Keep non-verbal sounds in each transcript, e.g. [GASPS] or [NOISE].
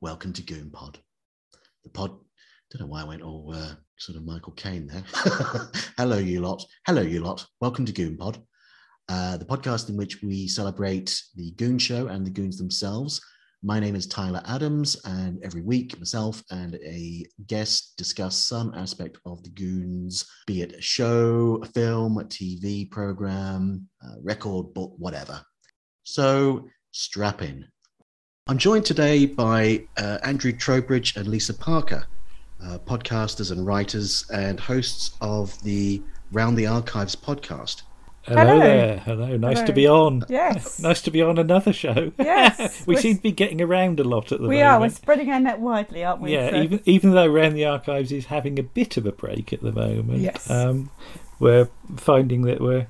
welcome to Goon Pod. The pod, don't know why I went all uh, sort of Michael Caine there. [LAUGHS] Hello, you lot. Hello, you lot. Welcome to Goon Pod, uh, the podcast in which we celebrate the Goon Show and the Goons themselves. My name is Tyler Adams, and every week, myself and a guest discuss some aspect of the Goons, be it a show, a film, a TV program, a record, book, whatever. So strap in. I'm joined today by uh, Andrew Trowbridge and Lisa Parker, uh, podcasters and writers and hosts of the Round the Archives podcast. Hello, Hello. there. Hello. Nice to Hello. be on. Yes. [LAUGHS] Nice to be on another show. [LAUGHS] Yes. we We're- seem to be getting around a lot at the we moment. are. We're spreading our net widely, aren't we? yeah, So- even even though Round the Archives is having a bit of a break at the moment, Yes. um, we're finding that we're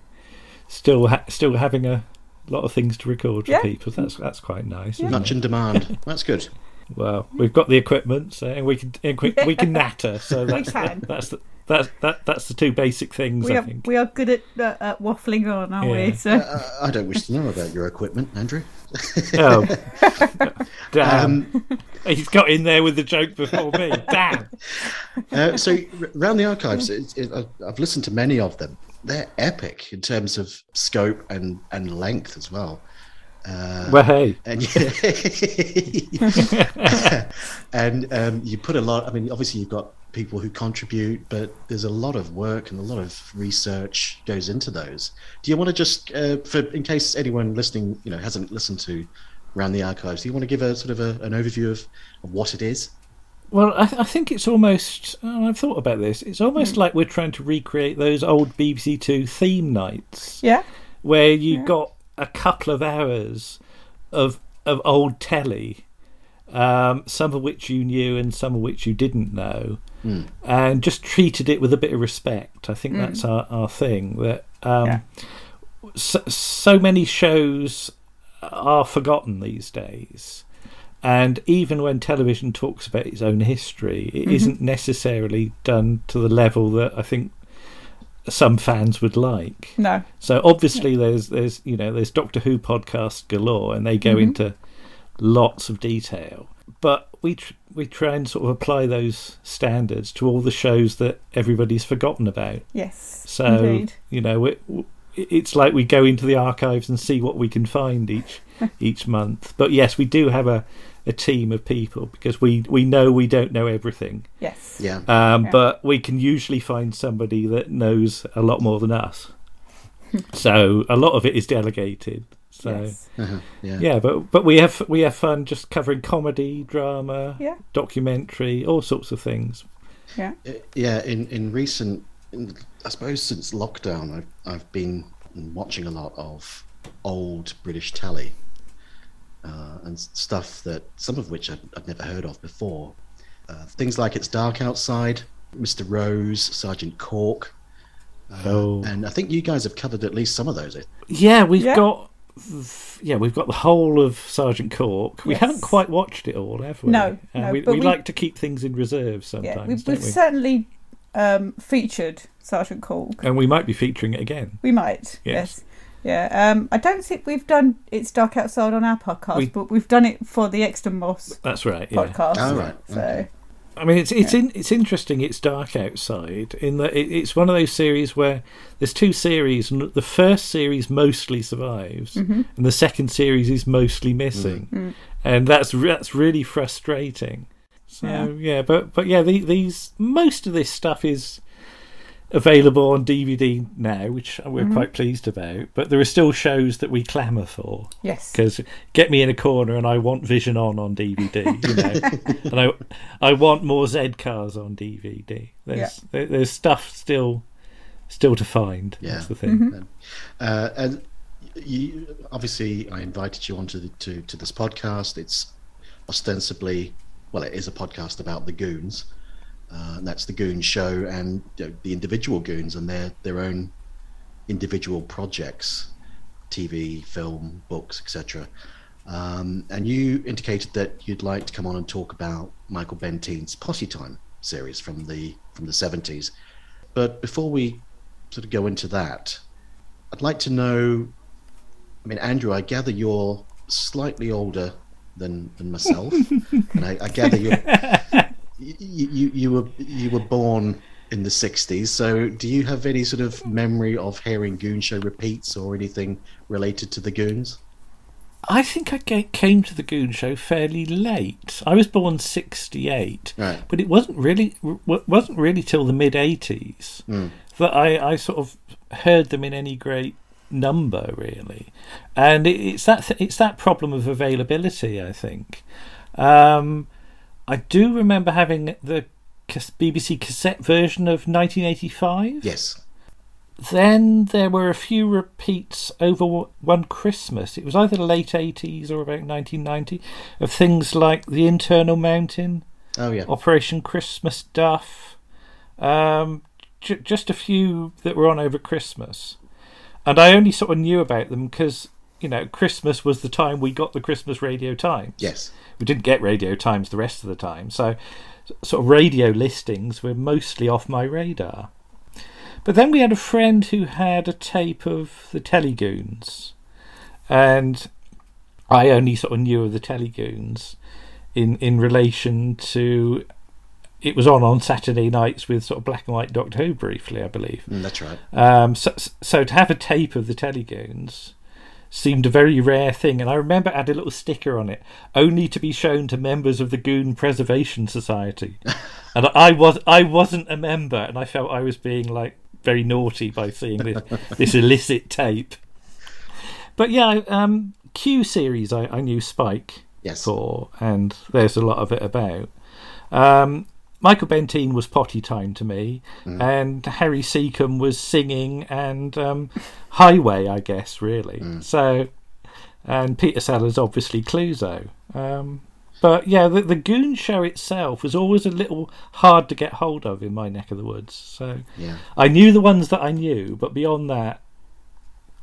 still ha- still having a lot of things to record for Yeah. people. That's that's quite nice. Yeah. Isn't Much it? in demand. That's good. Well, we've got the equipment, so and we can and we, we [LAUGHS] can natter. So that's can. that's the, that's that that's the two basic things we I are, think. we are good at, uh, at waffling on, aren't we? Yeah. So Uh, I don't wish to know about your equipment, Andrew. [LAUGHS] Oh, damn! Um, He's got in there with the joke before me. Damn! Uh, so r- round the archives it, it, I- i've listened to many of them they're epic in terms of scope and and length as well uh, [LAUGHS] Well, hey, and [LAUGHS] and um, you put a lot i mean obviously you've got people who contribute but there's a lot of work and a lot of research goes into those do you want to just uh, for in case anyone listening you know hasn't listened to round the archives do you want to give a sort of a, an overview of, of what it is well, I, I think it's almost. oh, I've thought about this. It's almost like we're trying to recreate those old BBC Two theme nights, yeah, where you got a couple of hours of of old telly, um, some of which you knew and some of which you didn't know, and just treated it with a bit of respect. I think that's our, our thing. That um, Yeah. so, so many shows are forgotten these days. And even when television talks about its own history, it not necessarily done to the level that I think some fans would like. no, So obviously there's there's you know there's Doctor Who podcasts galore, and they go into lots of detail. But we tr- we try and sort of apply those standards to all the shows that everybody's forgotten about. yes, So indeed, you know it, w- it's like we go into the archives and see what we can find each each month. But yes, we do have a a team of people because we we know we don't know everything, yes, yeah um, Yeah. but we can usually find somebody that knows a lot more than [LAUGHS] us. so a lot of it is delegated. So yes. uh-huh, yeah yeah, but but we have we have fun just covering comedy, drama, Yeah. documentary, all sorts of things. yeah, yeah in in recent in, i suppose since lockdown i've i've been watching a lot of old british telly uh, and s- stuff that some of which I'd, I'd never heard of before uh, things like it's dark outside mr rose sergeant cork oh and i think you guys have covered at least some of those yeah, we've Yeah. got yeah we've got the whole of Sergeant Cork. We Yes. haven't quite watched it all, have we? No, Uh, no, we, but we we- like to keep things in reserve sometimes, yeah. We, don't we've we? certainly um, featured Sergeant Cork. and we might be featuring it again. We might, Yes. yes. Yeah, um, I don't think we've done It's Dark Outside on our podcast, We- but we've done it for the Exton Moss That's right. Yeah. podcast. Oh, right, So, okay. I mean, it's it's in, it's interesting. It's dark outside in that it, it's one of those series where there's two series, and the first series mostly survives, and the second series is mostly missing, and that's re- that's really frustrating. So yeah, Yeah. but but yeah, the, these most of this stuff is available on DVD now, which we're quite pleased about. But there are still shows that we clamour for yes. because get me in a corner and I want Vision On on DVD, you know, and I I want more Z cars on DVD. There's there, there's stuff still still to find. Yeah. That's the thing. Uh, and you, obviously, I invited you onto the, to to this podcast. It's ostensibly, well, it is a podcast about the goons. Uh, and that's the Goon Show and you know, the individual goons and their their own individual projects, TV, film, books, etc. Um, and you indicated that you'd like to come on and talk about Michael Bentine's Posse Time series from the from the seventies. But before we sort of go into that, I'd like to know. I mean, Andrew, I gather you're slightly older than than [LAUGHS] myself, and I, I gather you, you you you were you were born in the '60s. So, do you have any sort of memory of hearing Goon Show repeats or anything related to the Goons? I think I ga- came to the Goon Show fairly late. I was born '68, Right. but it wasn't really w- wasn't really till the mid '80s that I, I sort of heard them in any great number, really. And it, it's that th- it's that problem of availability, I think. Um, I do remember having the cas- BBC cassette version of 1985 Yes. then there were a few repeats over w- one Christmas. It was either late 80s or about 1990 of things like The Internal Mountain, Oh yeah. Operation Christmas Duff, um, j- just a few that were on over Christmas. And I only sort of knew about them because, you know, Christmas was the time we got the Christmas Radio Times. Yes. We didn't get Radio Times the rest of the time. So, s- sort of radio listings were mostly off my radar. But then we had a friend who had a tape of the Telegoons, and I only sort of knew of the Telegoons in in relation to it was on on Saturday nights with sort of black and white Doctor Who briefly, I believe. Mm, that's right. Um, so, so to have a tape of the Telegoons seemed a very rare thing, and I remember it had a little sticker on it, only to be shown to members of the Goon Preservation Society. and I was I wasn't a member, and I felt I was being like very naughty by seeing this, this illicit tape. But yeah, um, Q series I, I knew Spike Yes. for, and there's a lot of it about. Um, Michael Benteen was potty time to me, and Harry Seacombe was singing and um, Highway, I guess, really. So, and Peter Sellers obviously Cluzo. Um, but yeah, the, the Goon Show itself was always a little hard to get hold of in my neck of the woods. So Yeah. I knew the ones that I knew, but beyond that,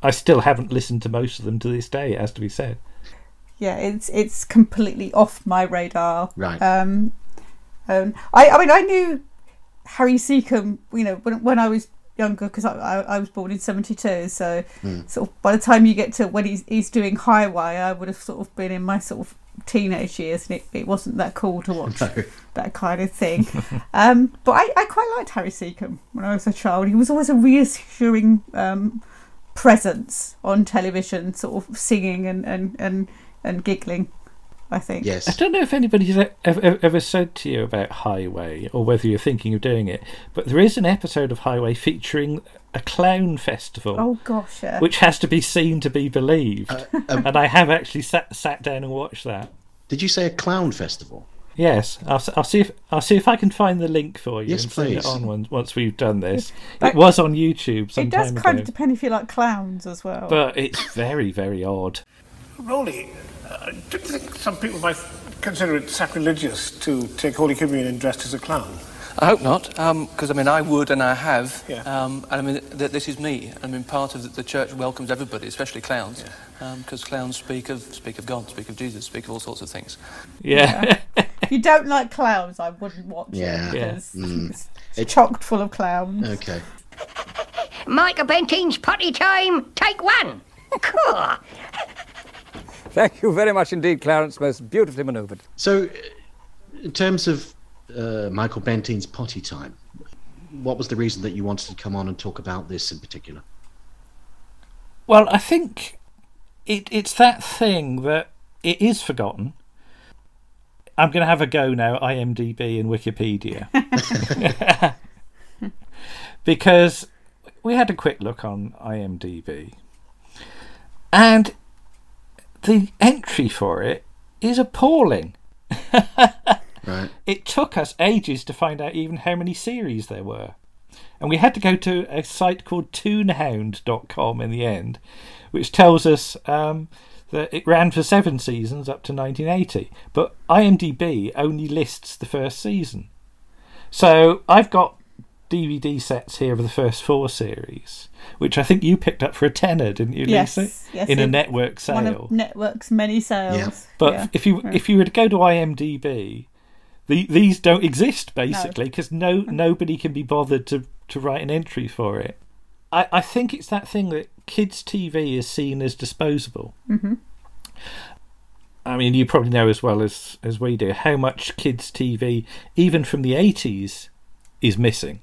I still haven't listened to most of them to this day. It has to be said. yeah, it's it's completely off my radar. Right. Um, um, I I mean I knew Harry Seacombe, you know, when when I was younger because I, I I was born in seventy two, so sort of by the time you get to when he's he's doing Highway, I would have sort of been in my sort of teenage years, and it, it wasn't that cool [LAUGHS] to watch that kind of thing. um, but I, I quite liked Harry Seacombe when I was a child. He was always a reassuring um, presence on television, sort of singing and, and, and, and giggling, I think. I Yes. don't know if anybody's e- ev- ev- ever said to you about Highway or whether you're thinking of doing it, but there is an episode of Highway featuring a clown festival, Oh, gosh, yeah. which has to be seen to be believed. and I have actually sat sat down and watched that. Did you say a clown festival? Yes, I'll, s- I'll see if I'll see if I can find the link for you. Yes, and send it please. on once, once we've done this. That- it was on YouTube some it does time kind ago, of depend if you like clowns as well. but it's very very odd. Rolly, uh, do you think some people might consider it sacrilegious to take Holy Communion dressed as a clown? I hope not, because I mean I would and I have, Yeah. um, and I mean th- this is me. I mean part of the, the church welcomes everybody, especially clowns, because clowns speak of speak of God, speak of Jesus, speak of all sorts of things. Yeah, if you don't like clowns, I wouldn't watch Yeah. it. Yeah. because It's It- chocked full of clowns. Okay. Micah Benteen's potty time, take one. Cool. Thank you very much indeed, Clarence. Most beautifully manoeuvred. So, uh, in terms of uh, Michael Benteen's potty time, what was the reason that you wanted to come on and talk about this in particular? Well, I think it, it's that thing that it is forgotten. I'm going to have a go now, at IMDb and Wikipedia. because we had a quick look on IMDb. And the entry for it is appalling. Right. It took us ages to find out even how many series there were. And we had to go to a site called toonhound.com in the end, which tells us um, that it ran for seven seasons up to 1980. But IMDb only lists the first season. So I've got DVD sets here of the first four series, which I think you picked up for a tenner, didn't you, Yes, Lisa? yes, in a it- network sale. One of Network's many sales. But Yeah. if you if you were to go to IMDb, the, these don't exist basically because no. nobody can be bothered to to write an entry for it. I, I think it's that thing that kids' TV is seen as disposable. Mm-hmm. I mean, you probably know as well as as we do how much kids' TV, even from the eighties, is missing.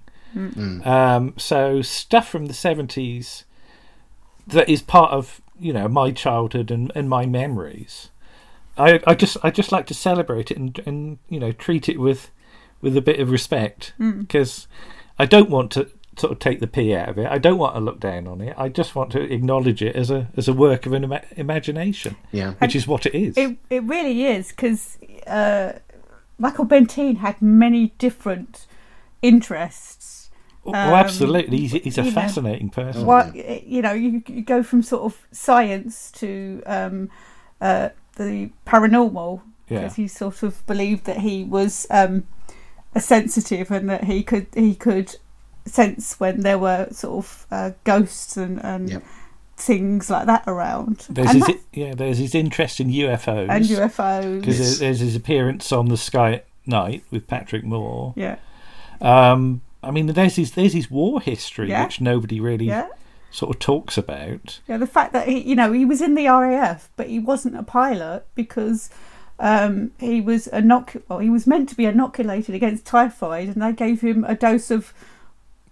Um, so stuff from the seventies that is part of you know my childhood and, and my memories. I, I just I just like to celebrate it and and you know treat it with with a bit of respect Hmm. because I don't want to sort of take the pee out of it. I don't want to look down on it. I just want to acknowledge it as a as a work of an ima- imagination. Yeah. which is what it is. It it really is because uh, Michael Benteen had many different interests. oh, um, absolutely, he's, he's a you know, fascinating person. What eh, you know, you, you go from sort of science to um, uh, the paranormal Yeah. because he sort of believed that he was um, a sensitive and that he could he could sense when there were sort of uh, ghosts and, and Yep. things like that around. There's and, his that- yeah, there's his interest in UFOs and UFOs. because there's, there's his appearance on the Sky at Night with Patrick Moore. yeah, Um, I mean, there's his there's his war history, Yeah. which nobody really yeah. sort of talks about. Yeah, the fact that he, you know, he was in the RAF, but he wasn't a pilot because um, he was inoc- well, he was meant to be inoculated against typhoid, and they gave him a dose of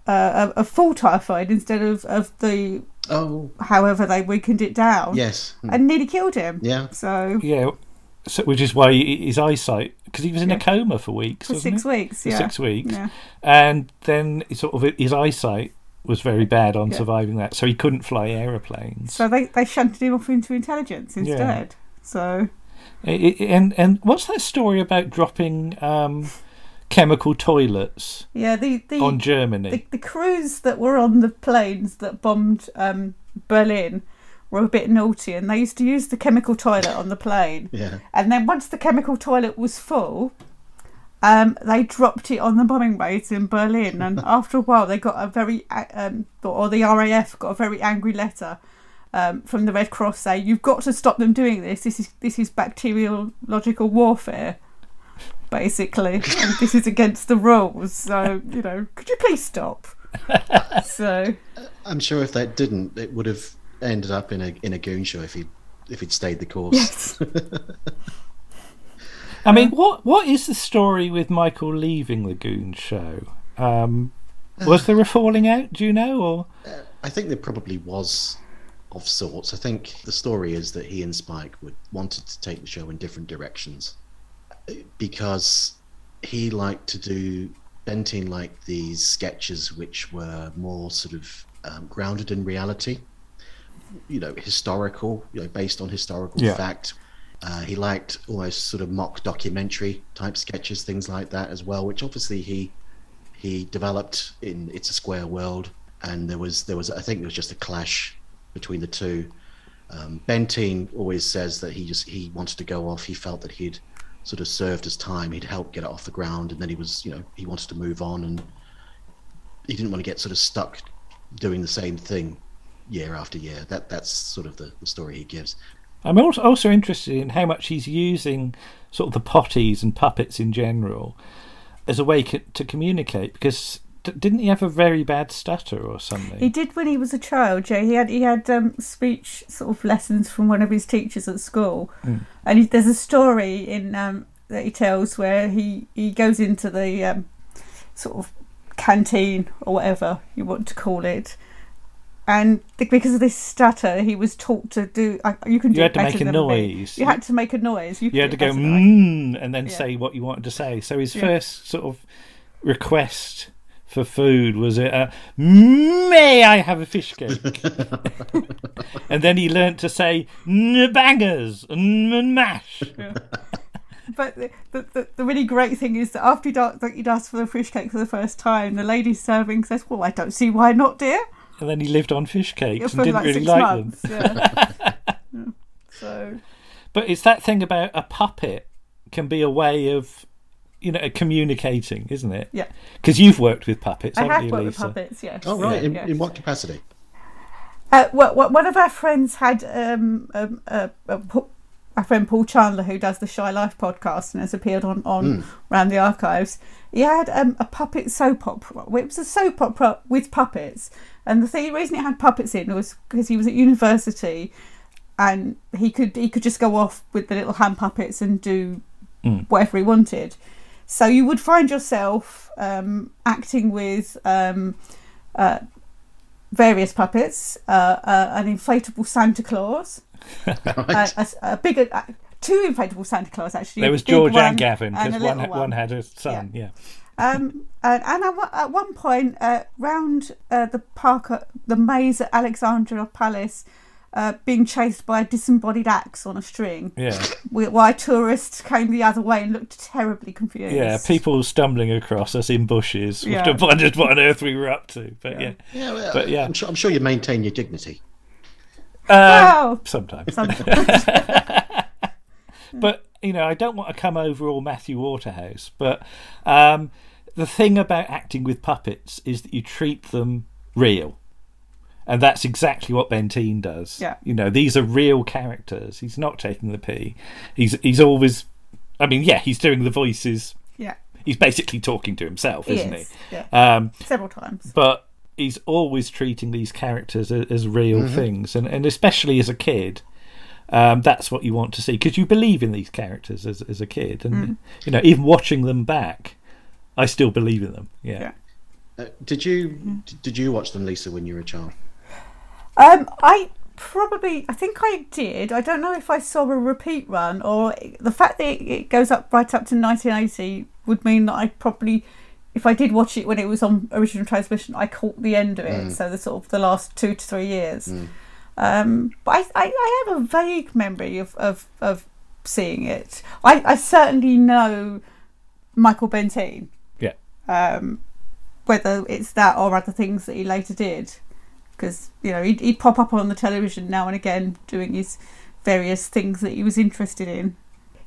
uh, a, a full typhoid instead of of the Oh, however they weakened it down. yes. Hmm. and nearly killed him. Yeah. So Yeah, so, which is why he- his eyesight because he was in Yeah. a coma for weeks, for wasn't six he? weeks, For yeah, six weeks. yeah, and then it sort of his eyesight was very bad on Yeah. surviving that, so he couldn't fly aeroplanes. so they they shunted him off into intelligence instead. So I- I- and and what's that story about dropping um, chemical toilets yeah, the the on the, Germany? the crews that were on the planes that bombed um, Berlin were a bit naughty and they used to use the chemical toilet on the plane. Yeah. And then once the chemical toilet was full, um, they dropped it on the bombing raids in Berlin. And after a while, they got a very, uh, um, or the RAF got a very angry letter. Um, from the Red Cross, saying you've got to stop them doing this. This is this is bacteriological warfare, basically, and this is against the rules. So you know, could you please stop? So I'm sure if that didn't, it would have ended up in a in a goon show if he if he'd stayed the course. yes, I mean, what what is the story with Michael leaving the Goon Show? Um, was there a falling out? Do you know? Or I think there probably was of sorts. I think the story is that he and Spike would wanted to take the show in different directions uh, because he liked to do Benteen liked these sketches which were more sort of um, grounded in reality, you know, historical, you know, based on historical Yeah. fact. Uh, he liked almost sort of mock documentary type sketches, things like that as well, which obviously he he developed in It's a Square World, and there was there was I think there was just a clash between the two. Um, Benteen always says that he just he wanted to go off. He felt that he'd sort of served his time. He'd helped get it off the ground, and then he was you know he wanted to move on, and he didn't want to get sort of stuck doing the same thing year after year. That that's sort of the, the story he gives. I'm also also interested in how much he's using sort of the potties and puppets in general as a way co- to communicate because. d- Didn't he have a very bad stutter or something? he did when he was a child. Jay, he had he had um, speech sort of lessons from one of his teachers at school, Hmm. and he, there's a story in um, that he tells where he he goes into the um, sort of canteen or whatever you want to call it. And th- because of this stutter, he was taught to do. I you can do You had it to better make a than me. noise. You had to make a noise. You, you had to could go do it better than I. mm, and then Yeah. say what you wanted to say. So his Yeah. first sort of request for food was a may I have a fish [LAUGHS] cake, and then he learnt to say "N- bangers n- and mash. But the, the, the, the really great thing is that after you'd asked, that you'd asked for the fish cake for the first time, the lady serving says, Well, I don't see why not, dear. And then he lived on fish cakes and for didn't really like them. Yeah. [LAUGHS] Yeah. so, But it's that thing about a puppet can be a way of, you know, communicating, isn't it? yeah. Because you've worked with puppets, I haven't have you, worked with Lisa? puppets, yes. Oh right, in, Yeah. in what capacity? Uh, well, well, one of our friends had um, um, uh, uh, Paul- our friend Paul Chandler, who does the Shy Life podcast and has appeared on on around the archives. He had um, a puppet soap opera. Well, It was a soap opera with puppets, and the thing, reason it had puppets in was because he was at university and he could he could just go off with the little hand puppets and do whatever he wanted. So you would find yourself um, acting with um, uh, various puppets, uh, uh, an inflatable Santa [LAUGHS] Claus, Right. a, a, a bigger. Uh, Two inflatable Santa Claus actually. There was a big George one and Gavin and because a one, little one had a son. Yeah. um, and, and at, one- at one point, uh, round uh, the park, uh, the maze at Alexandra Palace, uh, being chased by a disembodied axe on a string, yeah, wh- while tourists came the other way and looked terribly confused. yeah, People stumbling across us in bushes [LAUGHS] would Yeah. have wondered what on earth we were up to. But yeah, Yeah, well, But, yeah. I'm sure, I'm sure you maintain your dignity. Wow. sometimes. [LAUGHS] Some- [LAUGHS] but you know, I don't want to come over all Matthew Waterhouse. But um, the thing about acting with puppets is that you treat them real, and that's exactly what Benteen does. Yeah. you know, these are real characters. He's not taking the pee. He's he's always. I mean, yeah, he's doing the voices. yeah, He's basically talking to himself, He isn't is, he? yeah. Um, several times. but he's always treating these characters as, as real Mm-hmm. things, and, and especially as a kid, um, that's what you want to see because you believe in these characters as as a kid, and Mm-hmm. you know even watching them back, I still believe in them. Yeah, Yeah. Uh, did you d- did you watch them, Lisa, when you were a child? Um, I probably, I think I did. I don't know if I saw a repeat run or the fact that it goes up right up to 1980 would mean that I probably, if I did watch it when it was on original transmission, I caught the end of it. So the sort of the last two to three years. Um, but I, I, I have a vague memory of, of, of seeing it. I, I certainly know Michael Benteen. Yeah. Um, whether it's that or other things that he later did because you know he'd, he'd pop up on the television now and again doing his various things that he was interested in.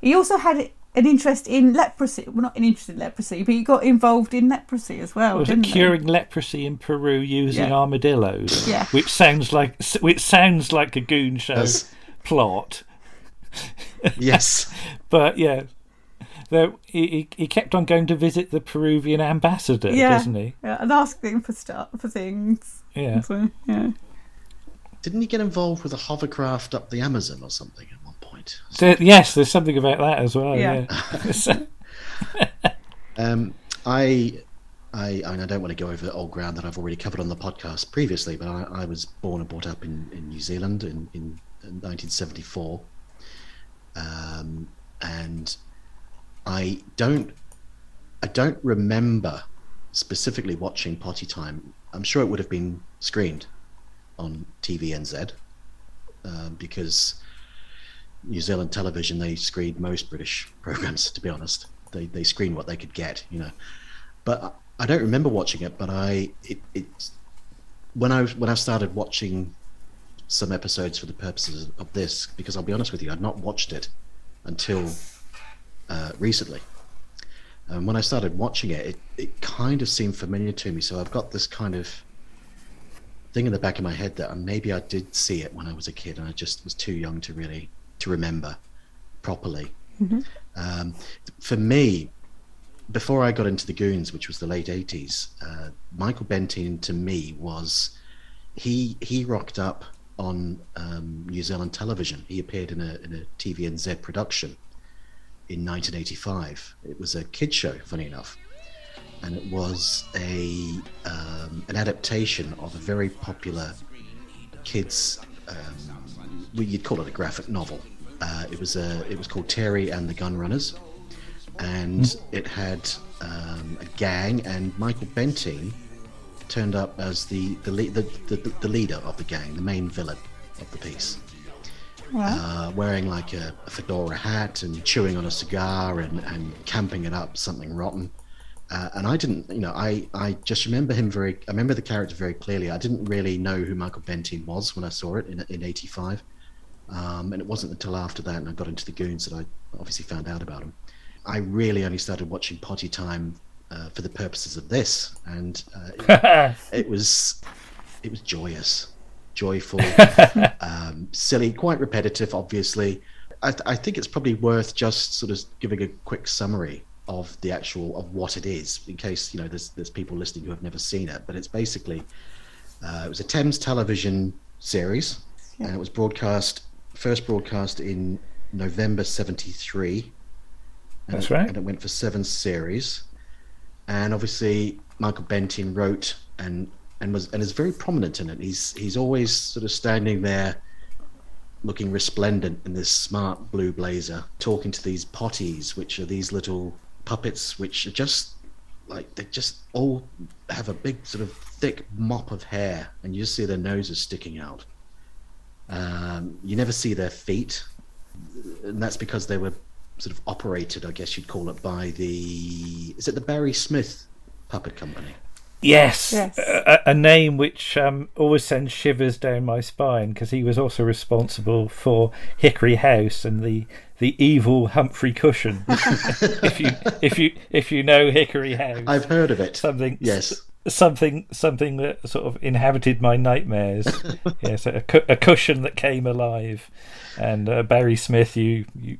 He also had an interest in leprosy. Well, not an interest in leprosy, but he got involved in leprosy as well, was it Oh, didn't he? curing leprosy in Peru using Yeah. armadillos? Yeah. which sounds like which sounds like a goon [LAUGHS] show Yes. plot. Yes. But yeah, there, he, he- he kept on going to visit the Peruvian ambassador, Yeah. doesn't he? Yeah, and asking him for stuff for things. Yeah. So, yeah. Didn't he get involved with a hovercraft up the Amazon or something at one point? There, yes, there's something about that as well. Yeah. Yeah. Um, I, I, I mean, I don't want to go over old ground that I've already covered on the podcast previously, but I, I was born and brought up in, in New Zealand in, in 1974. Um, and I don't, I don't remember specifically watching Potty Time. I'm sure it would have been screened on TVNZ um, because New Zealand television, they screened most British [LAUGHS] programs, to be honest. They, they screened what they could get, you know. But I- I don't remember watching it, but I it, it's when I was- when I started watching some episodes for the purposes of this, because I'll be honest with you, I'd not watched it until uh, recently. And when I started watching it, it, it kind of seemed familiar to me. So I've got this kind of thing in the back of my head that maybe I did see it when I was a kid, and I just was too young to really to remember properly. Um, for me, before I got into the Goons, which was the late '80s, uh, Michael Benteen to me was he he rocked up on um, New Zealand television. He appeared in a in a TVNZ production in 1985. It was a kid show, funny enough and it was a um, an adaptation of a very popular kids um, well, you'd call it a graphic novel. Uh, it was a it was called Terry and the Gun Runners, and it had um, a gang and Michael Benteen turned up as the the, le- the, the the leader of the gang, the main villain of the piece uh, wearing like a, a fedora hat and chewing on a cigar and, and camping it up something rotten. Uh, and I didn't, you know, I, I just remember him very, I remember the character very clearly. I didn't really know who Michael Benteen was when I saw it in, in 85. Um, and it wasn't until after that and I got into the Goons that I obviously found out about him. I really only started watching Potty Time uh, for the purposes of this. And uh, it, it was, it was joyous, joyful. um, silly, quite repetitive, obviously. I, th- I think it's probably worth just sort of giving a quick summary of the actual of what it is, in case you know there's there's people listening who have never seen it. But it's basically uh, it was a Thames Television series, and it was broadcast first broadcast in November 73. And That's it- right. And it went for seven series. And obviously, Michael Bentin wrote and and was and is very prominent in it. He's he's always sort of standing there looking resplendent in this smart blue blazer, talking to these potties, which are these little puppets, which are just like they just all have a big sort of thick mop of hair, and you just see their noses sticking out. Um, you never see their feet, and that's because they were sort of operated, I guess you'd call it, by the is it the Barry Smith puppet company? Yes, Yes. A, a- a name which um, always sends shivers down my spine because he was also responsible for Hickory House and the the evil Humphrey Cushion. if you if you if you know Hickory House, I've heard of it. something Yes. something something that sort of inhabited [LAUGHS] my nightmares. yes, a, cu- a cushion that came alive, and uh, Barry Smith, you you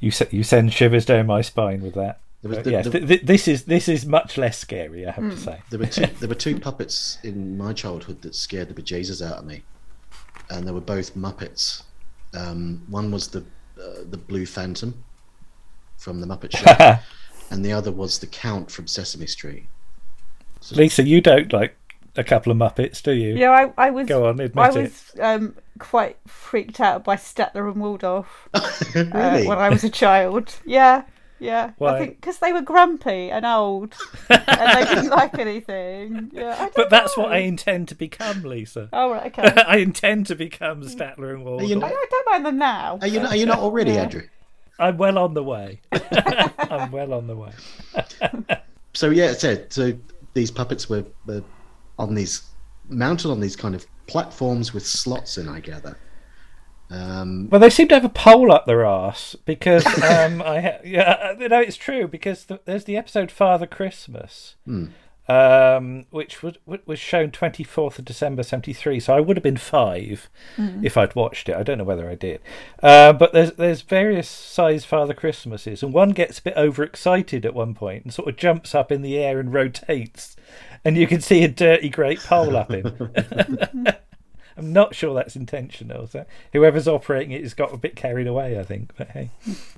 you se- you send shivers down my spine with that. There was- But there- yes, there- th- th- this is this is much less scary, I have to say. There were two, there were two puppets in my childhood that scared the bejesus out of me, and they were both Muppets. Um, one was the uh, the Blue Phantom from the Muppet [LAUGHS] Show, and the other was the Count from Sesame Street. [LAUGHS] Lisa, you don't like a couple of Muppets, do you? Yeah, I, I was. Go on, admit I it. was um, quite freaked out by Statler and [LAUGHS] Waldorf uh, Oh, Really? when I was a child. Yeah, yeah. Why? I think because they were grumpy and old, and they [LAUGHS] didn't like anything. Yeah, I don't But that's know. what I intend to become, Lisa. [LAUGHS] Oh right, okay. I intend to become Statler and Waldorf. you- I, I don't mind them now. Are you not, are you not already, Andrew? I'm well on the way. [LAUGHS] I'm well on the way. So yeah, so so these puppets were, were on these mounted on these kind of platforms with slots in, I gather. Um, Well, they seem to have a pole up their arse because um, I ha- yeah, you know it's true because th there's the episode Father Christmas, um, which was wa- was shown 24th of December 73. So I would have been five if I'd watched it. I don't know whether I did, uh, but there's there's various size Father Christmases, and one gets a bit overexcited at one point and sort of jumps up in the air and rotates, and you can see a dirty great pole up him. I'm not sure that's intentional. So whoever's operating it has got a bit carried away, I think. But hey,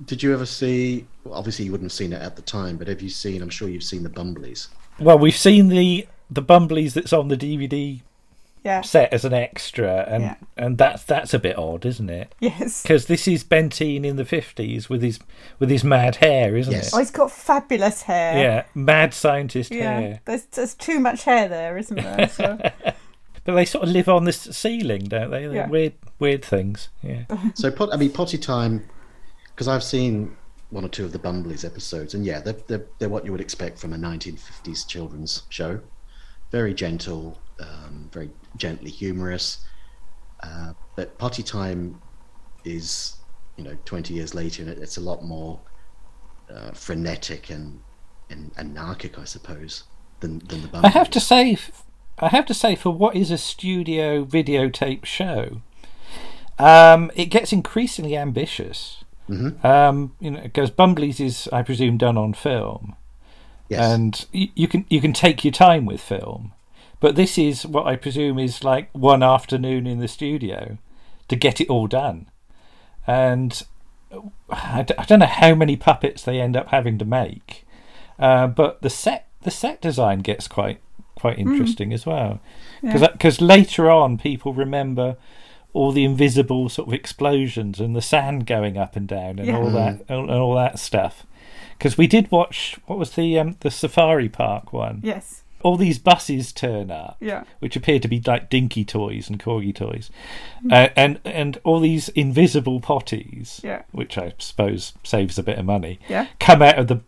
did you ever see? well, obviously, you wouldn't have seen it at the time, but have you seen? I'm sure you've seen the Bumbleys. well, we've seen the the Bumbleys that's on the DVD Yeah. set as an extra, and Yeah. and that's that's a bit odd, isn't it? [LAUGHS] Yes. Because this is Benteen in the fifties with his with his mad hair, isn't Yes. it? Oh, he's got fabulous hair. Yeah, mad scientist Oh, Yeah. hair. There's, there's too much hair there, isn't there? So, [LAUGHS] But they sort of live on this ceiling, don't they? They're Yeah. Weird, weird things. Yeah. So, pot, I mean, potty time, because I've seen one or two of the Bumbleys episodes, and yeah, they're, they're, they're what you would expect from a 1950s children's show. Very gentle, um, very gently humorous. Uh, but potty time is, you know, 20 years later, and it, it's a lot more uh, frenetic and, and anarchic, I suppose, than, than the Bumbleys. I have to say, f- I have to say, for what is a studio videotape show, um, it gets increasingly ambitious. Um, you know, because Bumbleys is, I presume, done on film, Yes. and y- you can you can take your time with film, but this is what I presume is like one afternoon in the studio to get it all done, and I, d- I don't know how many puppets they end up having to make, uh, but the set the set design gets quite quite interesting as well, because later on people remember all the invisible sort of explosions and the sand going up and down and Yeah. all that and all that stuff. Because we did watch what was the um, the safari park one. yes. All these buses turn up, Yeah. which appear to be like dinky toys and corgi toys, uh, and and all these invisible potties, Yeah. which I suppose saves a bit of money, Yeah. come out of the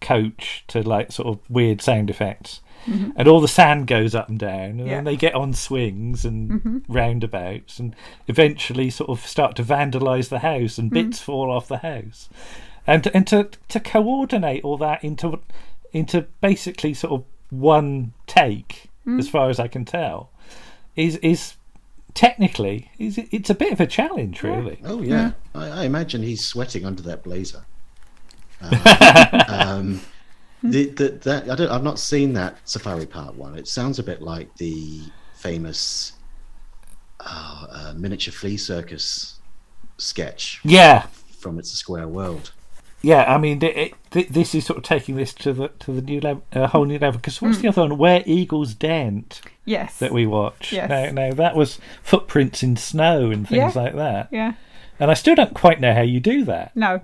coach to like sort of weird sound effects, and all the sand goes up and down, and Yeah. then they get on swings and roundabouts, and eventually sort of start to vandalise the house, and bits fall off the house, and and to to coordinate all that into into basically sort of one take, as far as I can tell, is is technically is it's a bit of a challenge, really. Oh yeah, I, I imagine he's sweating under that blazer. Um, um, the, the, that I don't. I've not seen that Safari Park one. It sounds a bit like oh, the famous uh, uh, miniature flea circus sketch Yeah, from It's a Square World. yeah. I mean, it, it, th- this is sort of taking this to the to the new level, a whole new level. Because Hmm. what's the other one? Where Eagles Dent Yes. that we watched. Yes. No, no, that was footprints in snow and things Yeah. like that. yeah. And I still don't quite know how you do that. No.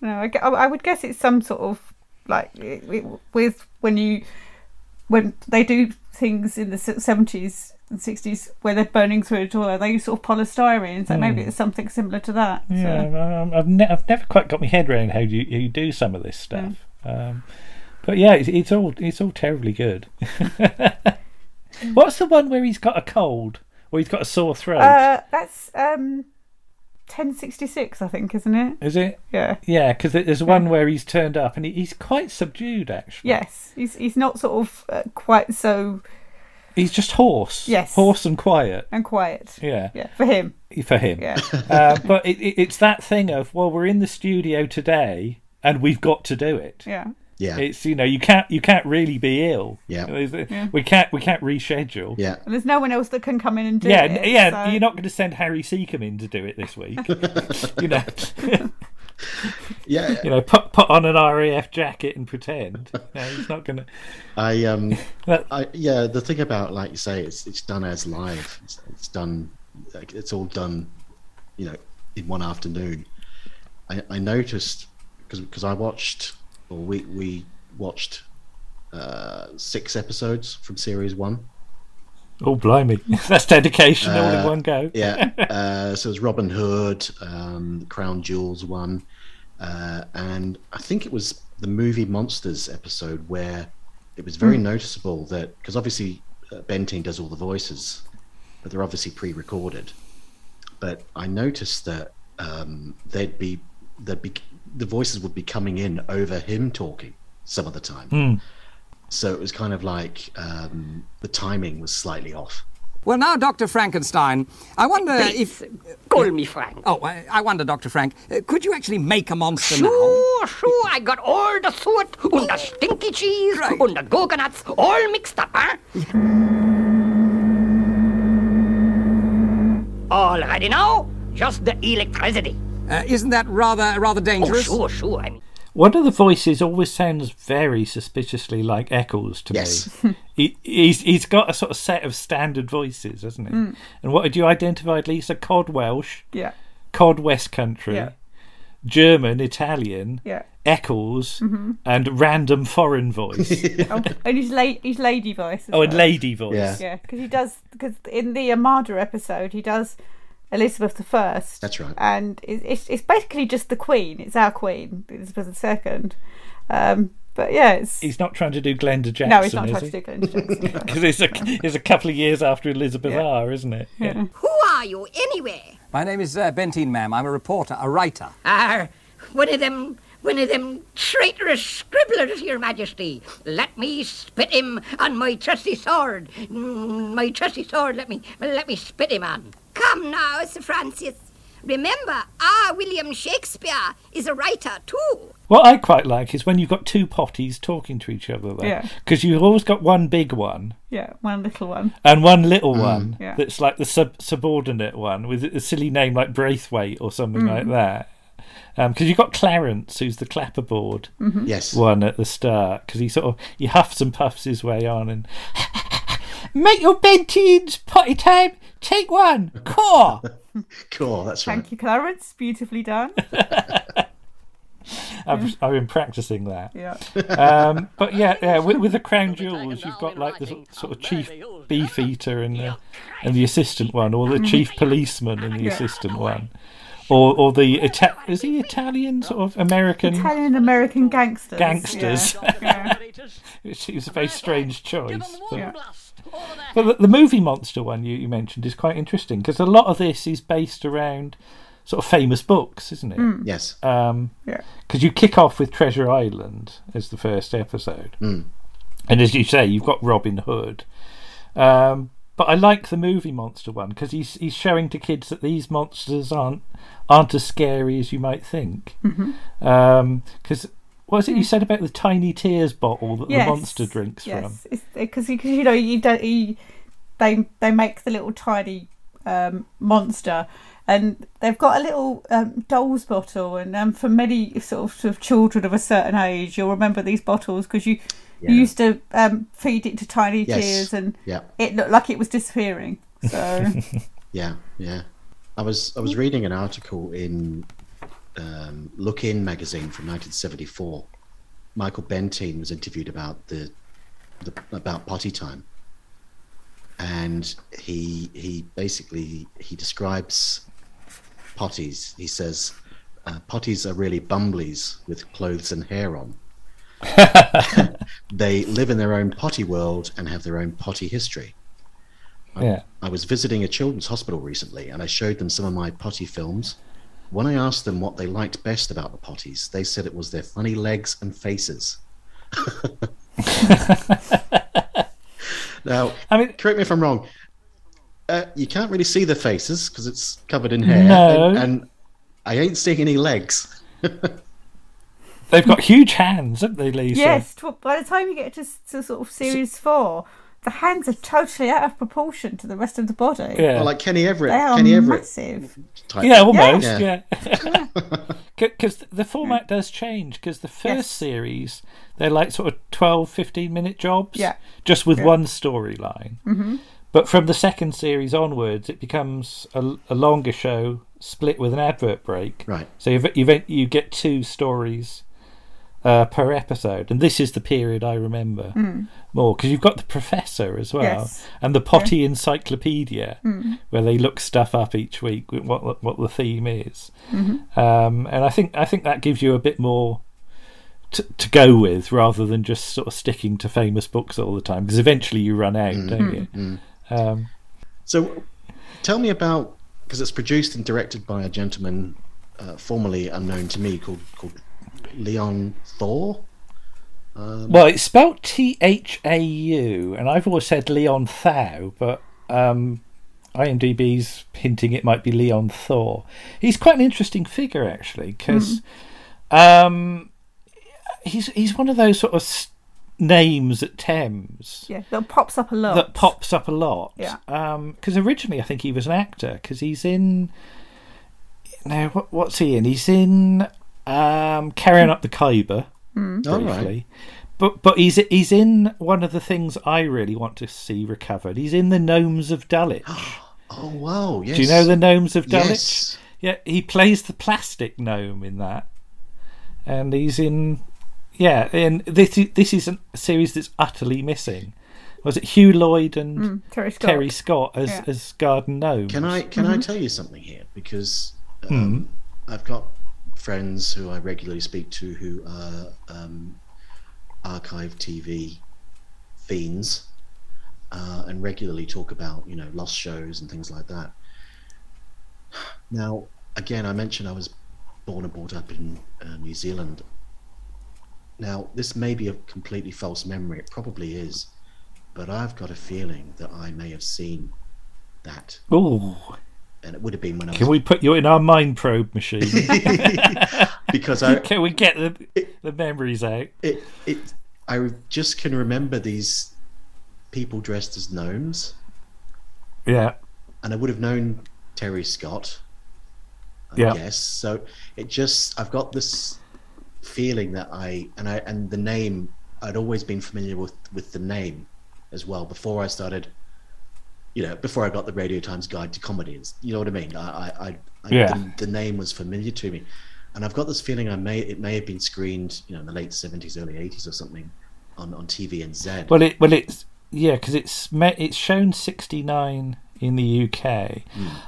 No. I, gu- I would guess it's some sort of like it, it, with when you when they do things in the seventies and sixties where they're burning through it all, they use sort of polystyrene. So maybe it's something similar to that. Mm. Yeah, So. um, I've, ne- I've never quite got my head around how you, you do some of this stuff. Um, but yeah, it's, it's all it's all terribly [LAUGHS] good. What's the one where he's got a cold or he's got a sore throat? Uh, that's um, ten sixty six, I think, isn't it? Is it? Yeah. Yeah, because there's one where he's turned up and he, he's quite subdued actually. Yes, he's he's not sort of uh, quite so he's just hoarse. Yes. hoarse and quiet. and quiet. Yeah, Yeah, for him. for him. Yeah, uh, but it, it, it's that thing of well, we're in the studio today and we've got to do it. yeah, Yeah. It's you know you can't you can't really be ill. Yeah. There's a- we can't we can't reschedule. yeah. and there's no one else that can come in and do yeah, it. n- yeah. so- You're not going to send Harry Seacombe in to do it [LAUGHS] this week. you know, [LAUGHS] Yeah. you know, put put on an RAF jacket and pretend. No, he's not going to. I um That- I yeah, the thing about like you say it's it's done as live. It's, it's done like, it's all done you know in one afternoon. I I noticed because because I watched or we we watched uh six episodes from series 1. Oh blimey, [LAUGHS] that's dedication all in one go. Yeah. uh so it was Robin Hood, um Crown Jewels one. Uh and I think it was the movie Monsters episode where it was very noticeable that because obviously uh, Benteen does all the voices, but they're obviously pre-recorded. But I noticed that um, they'd be they'd be the voices would be coming in over him talking some of the time. So it was kind of like um, the timing was slightly off. Well, now, Dr. Frankenstein, I wonder if. Call me Frank. Oh, I, I wonder, Dr. Frank, uh, could you actually make a monster now? Sure, sure, I got all the suet and the stinky cheese Right. and the coconuts all mixed up, huh? All ready now? Just the electricity. Uh, isn't that rather rather Oh, dangerous? sure, sure. I mean, One of the voices always sounds very suspiciously like Eccles to Yes. me. [LAUGHS] he, he's he's got a sort of set of standard voices, hasn't he? Hmm. And what had you identified, Lisa? Cod Welsh, Yeah, Cod West Country, Yeah. German, Italian, yeah. Mm-hmm. Eccles, and random foreign voice. [LAUGHS] Oh, and his late his lady voice. as oh, and well. lady voice. Yeah. Yeah, because he does because in the Armada episode he does Elizabeth the First. That's right. And it, it's it's basically just the Queen. It's our Queen, Elizabeth the Second. Um, but yeah, it's He's not trying to do Glenda Jackson, no, it's not is trying to he? do Glenn [LAUGHS] Jackson. Because it's [LAUGHS] a, it's a couple of years after Elizabeth R, isn't it? Yeah. who are you anyway? My name is uh, Benteen, ma'am. I'm a reporter, a writer. Are one of them, one of them traitorous scribblers, Your Majesty. Let me spit him on my trusty sword. Mm, My trusty sword. Let me, let me spit him on. Come now, Sir Francis. Remember, our William Shakespeare is a writer too. What I quite like is when you've got two potties talking to each other, though. Yeah. Because you've always got one big one yeah, one little one. and one little one Yeah. that's like the sub- subordinate one with a silly name like Braithwaite or something Mm. like that. Because you've got Clarence, who's the clapperboard Mm. Yes. one at the start, because he sort of he huffs and puffs his way on and [LAUGHS] make your bentines potty time. Take one, [LAUGHS] core. Cool. That's right. Thank you, Clarence. [LAUGHS] Beautifully done. I've, I've been practicing that. Yeah. Um, but yeah, yeah, with, with the crown jewels, you've got like the sort- sort of chief beefeater and the, and the assistant one, or the chief policeman and the assistant one, or or the Ita- is he Italian sort of American Italian American gangsters. gangsters. Yeah. Yeah. It was a very strange choice. But, Yeah. but the, the movie monster one you, you mentioned is quite interesting because a lot of this is based around sort of famous books, isn't it? Yes. Yeah. because you kick off with Treasure Island as the first episode, and as you say, you've got Robin Hood. Um, but I like the movie monster one because he's he's showing to kids that these monsters aren't aren't as scary as you might think. Because Mm-hmm. what is it you said about the tiny tears bottle that Mm. Yes. the monster drinks from? yes. Because you know you don't, you, they they make the little tiny um, monster, and they've got a little um, doll's bottle. And um, for many sort of, sort of children of a certain age, you'll remember these bottles because you, Yeah. you used to um, feed it to tiny Yes. tears, and Yeah. it looked like it [LAUGHS] was disappearing. So Yeah, yeah. I was I was reading an article in um, Look In magazine from 1974. Michael Benteen was interviewed about the, the about potty time, and he he basically he describes potties. He says uh, potties are really bumblies with clothes and hair on. they live in their own potty world and have their own potty history. Yeah. I was visiting a children's hospital recently and I showed them some of my potty films. When I asked them what they liked best about the potties, they said it was their funny legs and faces. now, I mean, correct me if I'm wrong. Uh, you can't really see the faces because it's covered in hair, No. and, and I ain't seeing any legs. they've got huge hands, haven't they, Lisa? yes, tw- by the time you get to, s- to sort of series four, the hands are totally out of proportion to the rest of the body. Yeah. Well, like Kenny Everett, They are Kenny Everett massive. type. Yeah, almost. Yeah. Hmm. Yeah. [LAUGHS] Because the format does change. Because the first series, they're like sort of 12, 15 minute jobs. Yeah. Just with one storyline. Mm-hmm. But from the second series onwards, it becomes a, a longer show split with an advert break. Right. So you've, you've, you get two stories uh, per episode. And this is the period I remember more. Because you've got the professor as well. Yes. And the potty encyclopedia, where they look stuff up each week, with what the- what the theme is, um, and I think I think that gives you a bit more to, to go with rather than just sort of sticking to famous books all the time because eventually you run out, don't you? Um, So, tell me about because it's produced and directed by a gentleman uh, formerly unknown to me called called Leon Thor. well, it's spelled T H A U, and I've always said Leon Thau, but um, IMDb's hinting it might be Leon Thor. He's quite an interesting figure actually because. Um, he's he's one of those sort of s- names at Thames Yeah, that pops up a lot. that pops up a lot. Yeah. Because originally, I think he was an actor because he's in. No, what, what's he in? He's in um, Carrying Up the Khyber All briefly. right. But but he's he's in one of the things I really want to see recovered. He's in the Gnomes [GASPS] of Dulwich. Oh wow! Yes. Do you know the Gnomes of Dulwich? Yes. Yeah, he plays the plastic gnome in that, and he's in. Yeah, and this is- this is a series that's utterly missing. Was it Hugh Lloyd and Terry Scott. Terry Scott as, Yeah. as garden gnome. Can I can I tell you something here? Because um, I've got friends who I regularly speak to who are um, archive TV fiends uh, and regularly talk about you know lost shows and things like that. Now, again, I mentioned I was born and brought up in uh, New Zealand. Now, this may be a completely false memory. It probably is, but I've got a feeling that I may have seen that Ooh, and it would have been when I can was we put you in our mind probe [LAUGHS] machine? [LAUGHS] because I can we get the the memories out? it, it I just can remember these people dressed as gnomes, Yeah, and I would have known Terry Scott, I Yeah. guess. So it just I've got this feeling that I and I and the name I'd always been familiar with with the name as well before I started. You know, before I got the Radio Times Guide to Comedy, and s- you know what I mean. I, I, I, I Yeah. the, the name was familiar to me, and I've got this feeling I may it may have been screened, you know, in the late seventies, early eighties, or something, on on TV and Z. Well, it well it's yeah because it's me- it's shown sixty nine in the UK.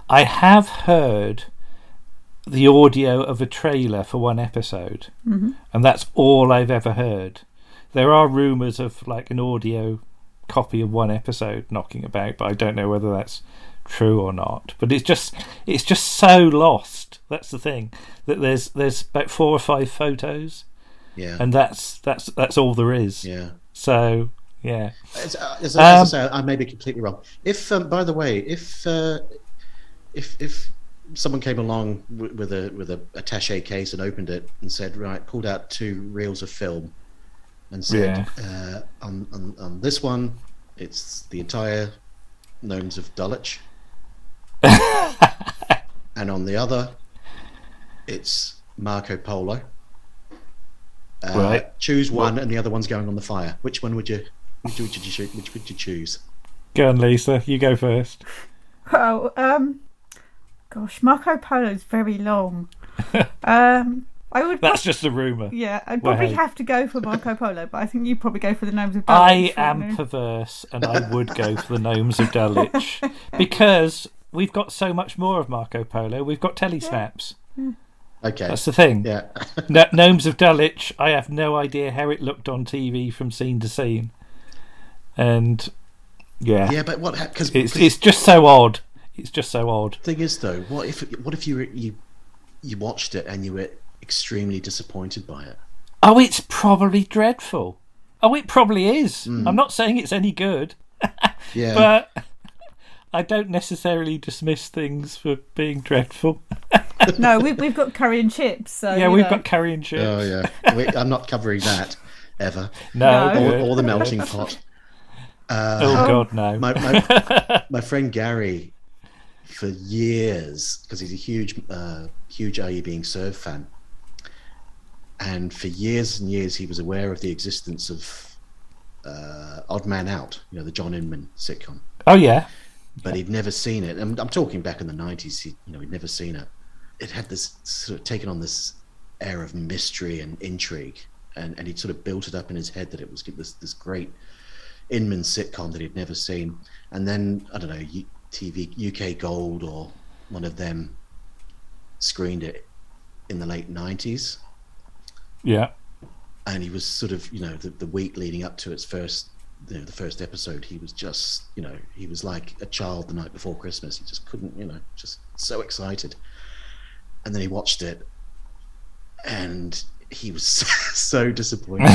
I have heard the audio of a trailer for one episode, and that's all I've ever heard. There are rumours of like an audio copy of one episode knocking about, but I don't know whether that's true or not. But it's just it's just so lost. That's the thing that there's there's about four or five photos, yeah, and that's that's that's all there is. yeah. So yeah. As, uh, as, as I Um, say, I may be completely wrong. If, um, by the way, if uh, if if someone came along w- with a with a attaché case and opened it and said, right, pulled out two reels of film, and said, uh, on, on on this one, [LAUGHS] it's the entire gnomes of Dulwich. and on the other, it's Marco Polo. Uh, Right. Choose one, and the other one's going on the fire. Which one would you? Which would you shoot? Which would you choose? Go on, Lisa. You go first. Oh, um, gosh, Marco Polo's very [LAUGHS] long. um, I would, That's just a rumour. yeah, I'd Well, probably hey. have to go for Marco Polo, but I think you probably go for the names of. I Daleks, am wouldn't you? perverse, and I would go for the gnomes of Dulwich because we've got so much more of Marco Polo. We've got telesnaps. snaps. Okay. That's the thing. yeah. [LAUGHS] No, gnomes of Dulwich. I have no idea how it looked on TV from scene to scene, and yeah, yeah, but what? Because it's it's just so odd. It's just so odd. thing is though what if what if you were- you you watched it and you were extremely disappointed by it Oh, it's probably dreadful. Oh, it probably is. I'm not saying it's any good, yeah but I don't necessarily dismiss things for being dreadful. No, we, we've got curry and chips. So Yeah, you we've know. got curry and chips. oh yeah Wait, i'm not covering that ever No, No. or, good. or the melting pot oh god, no. my, my, my friend gary for years because he's a huge uh, huge are you being served fan and for years and years he was aware of the existence of uh, odd man out you know the john inman sitcom oh yeah, but he'd never seen it. I'm, I'm talking back in the '90s. He, you know, he'd never seen it. It had this sort of taken on this air of mystery and intrigue, and and he'd sort of built it up in his head that it was this this great Inman sitcom that he'd never seen. And then I don't know, U- TV UK Gold or one of them screened it in the late '90s, yeah. and he was sort of you know the, the week leading up to its first you know the first episode he was just you know he was like a child the night before christmas he just couldn't you know just so excited and then he watched it and he was [LAUGHS] so disappointed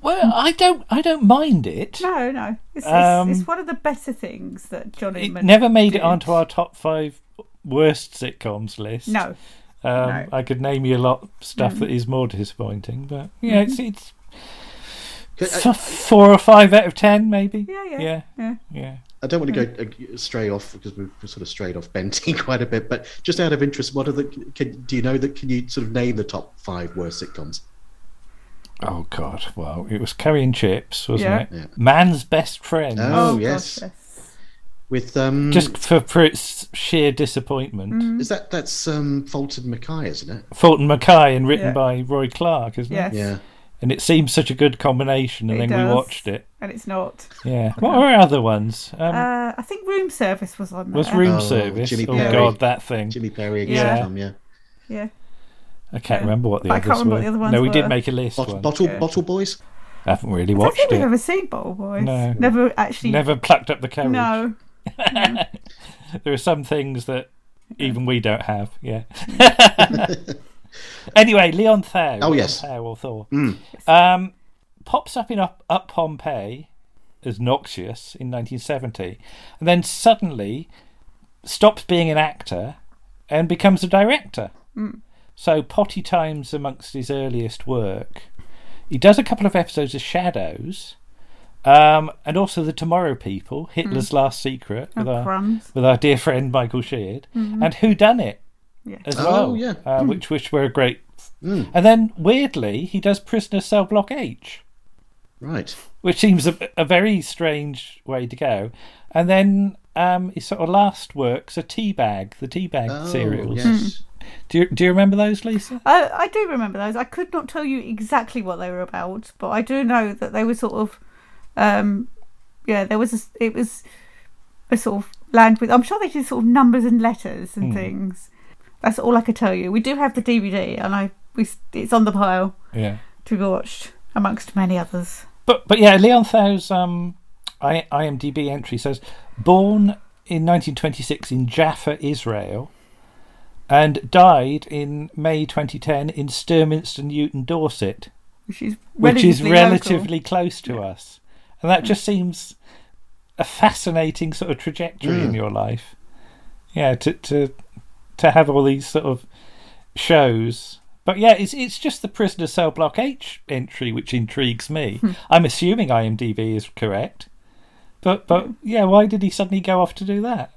Well, I don't, I don't mind it. No, no. It's, Um, it's, it's one of the better things that John It Inman never made did. it onto our top five worst sitcoms list. No, Um, No. I could name you a lot of stuff that is more disappointing, but yeah, Mm-hmm. it's it's f- four or five out of ten, maybe. Yeah, yeah, yeah, yeah. yeah. i don't want to go uh, stray off because we've sort of strayed off benty [LAUGHS] quite a bit but just out of interest what are the can, do you know that can you sort of name the top five worst sitcoms Oh God! Well, it was curry and chips, wasn't Yeah. it? Yeah. Man's best friend. Oh, gosh, yes. yes. with um Mm. Just for, for its sheer disappointment, is that that's um fulton mackay isn't it Fulton Mackay and written Yeah. by Roy Clark, isn't Yes. it? yeah And it seemed such a good combination, and It then we does. watched it. And it's not. Yeah. What were other ones? Um, Uh, I think room service was on there. was room Oh, service? Jimmy oh Perry. God, that thing! jimmy perry Yeah. sitcom, yeah. Yeah. I can't remember what the I others can't were. remember what the other ones no, we did were. make a list. Bottle, one. bottle, Yeah. bottle boys. I haven't really I don't watched think it. we've ever seen Bottle Boys. No. Never actually. Never plucked up the courage. No. [LAUGHS] There are some things that even we don't have. Yeah. [LAUGHS] [LAUGHS] anyway, Leon Thaw. Oh, Leon yes. Mm. Thaw or Thor. Um, pops up in Up, up Pompeii as Noxious in 1970, and then suddenly stops being an actor and becomes a director. Mm. So potty times amongst his earliest work. He does a couple of episodes of Shadows. Um, and also the Tomorrow People, Hitler's Last Secret, with Oh, our Mm. crumbs. Mm-hmm. with our dear friend Michael Sheard, and Who Done It Yes. as Oh, well, yeah. Hmm. uh, which which were a great. And then weirdly, he does Prisoner Cell Block H, Right. which seems a, a very strange way to go. And then um, his sort of last works are Teabag, the Teabag Oh, serials. yes. Do you, do you remember those, Lisa? I, I do remember those. I could not tell you exactly what they were about, but I do know that they were sort of, um, yeah, there was a, it was a sort of land with. I'm sure they did sort of numbers and letters Hmm. and things. That's all I could tell you. We do have the DVD, and I we s- it's on the pile Yeah. to be watched amongst many others. But but yeah, Leon Thow's um, I, IMDb entry says born in 1926 in Jaffa, Israel, and died in May 2010 in Sturminster Newton, Dorset, Which is which is relatively local. relatively close to us. And that just seems a fascinating sort of trajectory Mm. in your life. Yeah, to to to have all these sort of shows. But yeah, it's it's just the prisoner cell block H entry which intrigues me. Hmm. I'm assuming IMDb is correct. But but yeah, why did he suddenly go off to do that?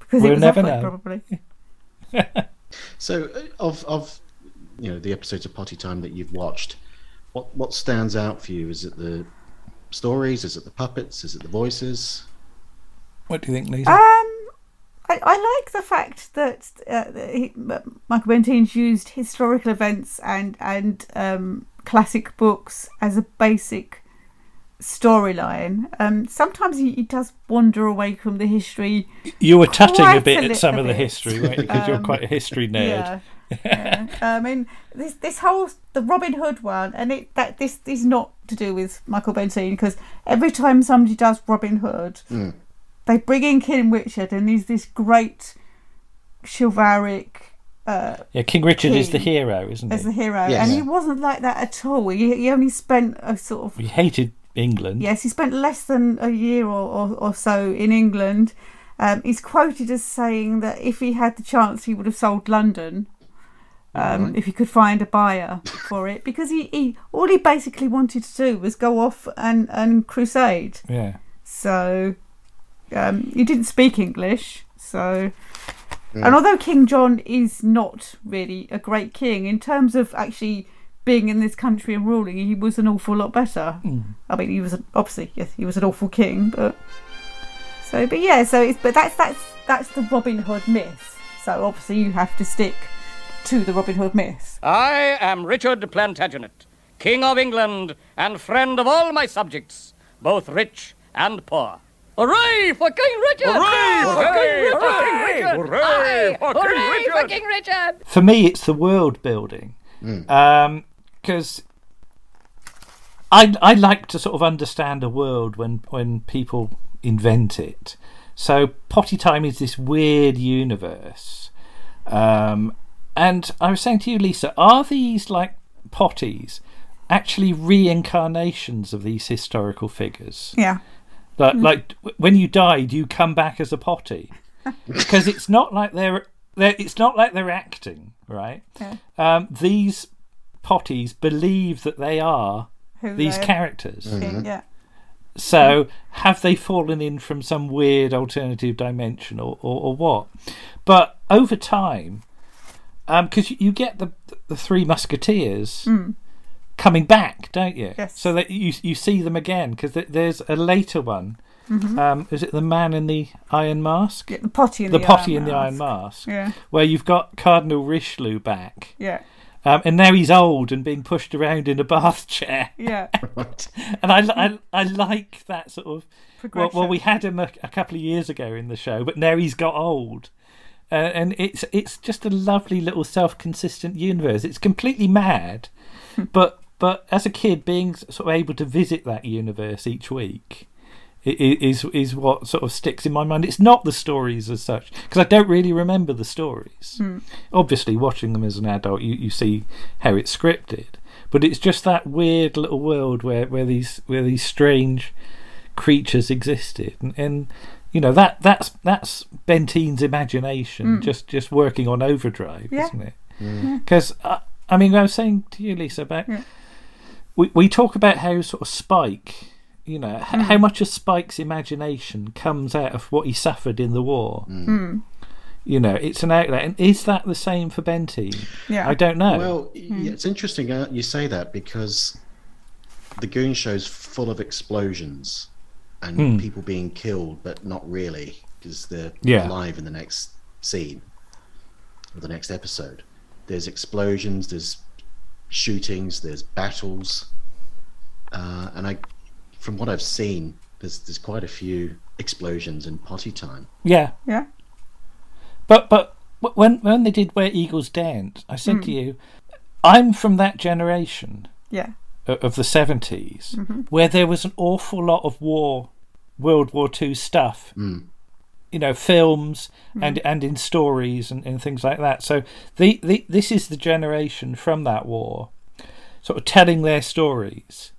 because We'll it was never Affleck, know. probably. So, uh, of of you know the episodes of Potty Time that you've watched, what what stands out for you? Is it the stories? Is it the puppets? Is it the voices? [LAUGHS] What do you think, Lisa? Um, I, I like the fact that, uh, that he, M- Michael Bentine's used historical events and and um, classic books as a basic storyline. Um, sometimes he, he does wander away from the history. you were tutting a quite bit a at some of the little bit. history, weren't you? Because you're quite a [LAUGHS] history nerd. Yeah. yeah. I mean, this this whole the Robin Hood one, and it that this is not to do with Michael Bentine because every time somebody does Robin Hood, they bring in King Richard, and he's this great chivalric uh, Yeah, King Richard is the King. hero, isn't as the he? hero, Yes. and he wasn't like that at all. He, he only spent a sort of He hated England. Yes, he spent less than a year or, or, or so in England. Um, he's quoted as saying that if he had the chance, he would have sold London um, if he could find a buyer for it, because he, he all he basically wanted to do was go off and, and crusade. Yeah. So um, he didn't speak English. So, and although King John is not really a great king in terms of actually being in this country and ruling, he was an awful lot better. Mm. I mean, he was an, obviously yes, he was an awful king, but so but yeah, so it's but that's that's that's the Robin Hood myth. So obviously you have to stick to the Robin Hood myth. Uh, I am Richard Plantagenet, King of England and friend of all my subjects, both rich and poor. Hooray for King Richard! Hooray for King Richard! Hooray for King Richard! For me, it's the world building. Because I, I like to sort of understand a world when, when people invent it. So, Potty Time is this weird universe. Um, and I was saying to you, Lisa, are these like potties actually reincarnations of these historical figures? Yeah. Like, like w- when you die, do you come back as a potty? Because it's not like they're, they're it's not like they're acting, right? Um, these potties believe that they are Who these they- characters. Yeah. So have they fallen in from some weird alternative dimension or, or, or what? But over time, because you get the the Three Musketeers coming back, don't you? Hmm. Yes. So that you you see them again because there's a later one. Um, is it the man in the iron mask? Mm-hmm. Yeah, The potty in The, the potty iron in the mask. iron mask. Yeah. Where you've got Cardinal Richelieu back, Yeah. um, and now he's old and being pushed around in a bath chair [LAUGHS] Yeah. and I, li- I, I like that sort of well, well Progression. we had him a, a couple of years ago in the show but now he's got old uh, and it's it's just a lovely little self-consistent universe it's completely mad but but as a kid being s- sort of able to visit that universe each week i- i- is is what sort of sticks in my mind it's not the stories as such because i don't really remember the stories obviously watching them as an adult you, you see how it's scripted but it's just that weird little world where, where these where these strange creatures existed and, and you know that that's that's bentine's imagination just just working on overdrive Yeah. isn't it because I, uh, I mean i was saying to you lisa about we, we talk about how sort of spike you know h- how much of spike's imagination comes out of what he suffered in the war you know it's an outlet and is that the same for bentine Yeah. i don't know Hmm. Well, y yeah, it's interesting uh, you say that because the Goon Show's full of explosions and Hmm. people being killed, but not really because they're Yeah. alive in the next scene or the next episode. There's explosions, there's shootings, there's battles, uh, and I, from what I've seen, there's there's quite a few explosions in potty time. yeah Yeah. But but wh- when when they did Where Eagles Dance, I said to you, I'm from that generation Yeah. o- of the 70s where there was an awful lot of war, World War Two stuff. You know, films and and in stories and, and things like that. So the, the this is the generation from that war, sort of telling their stories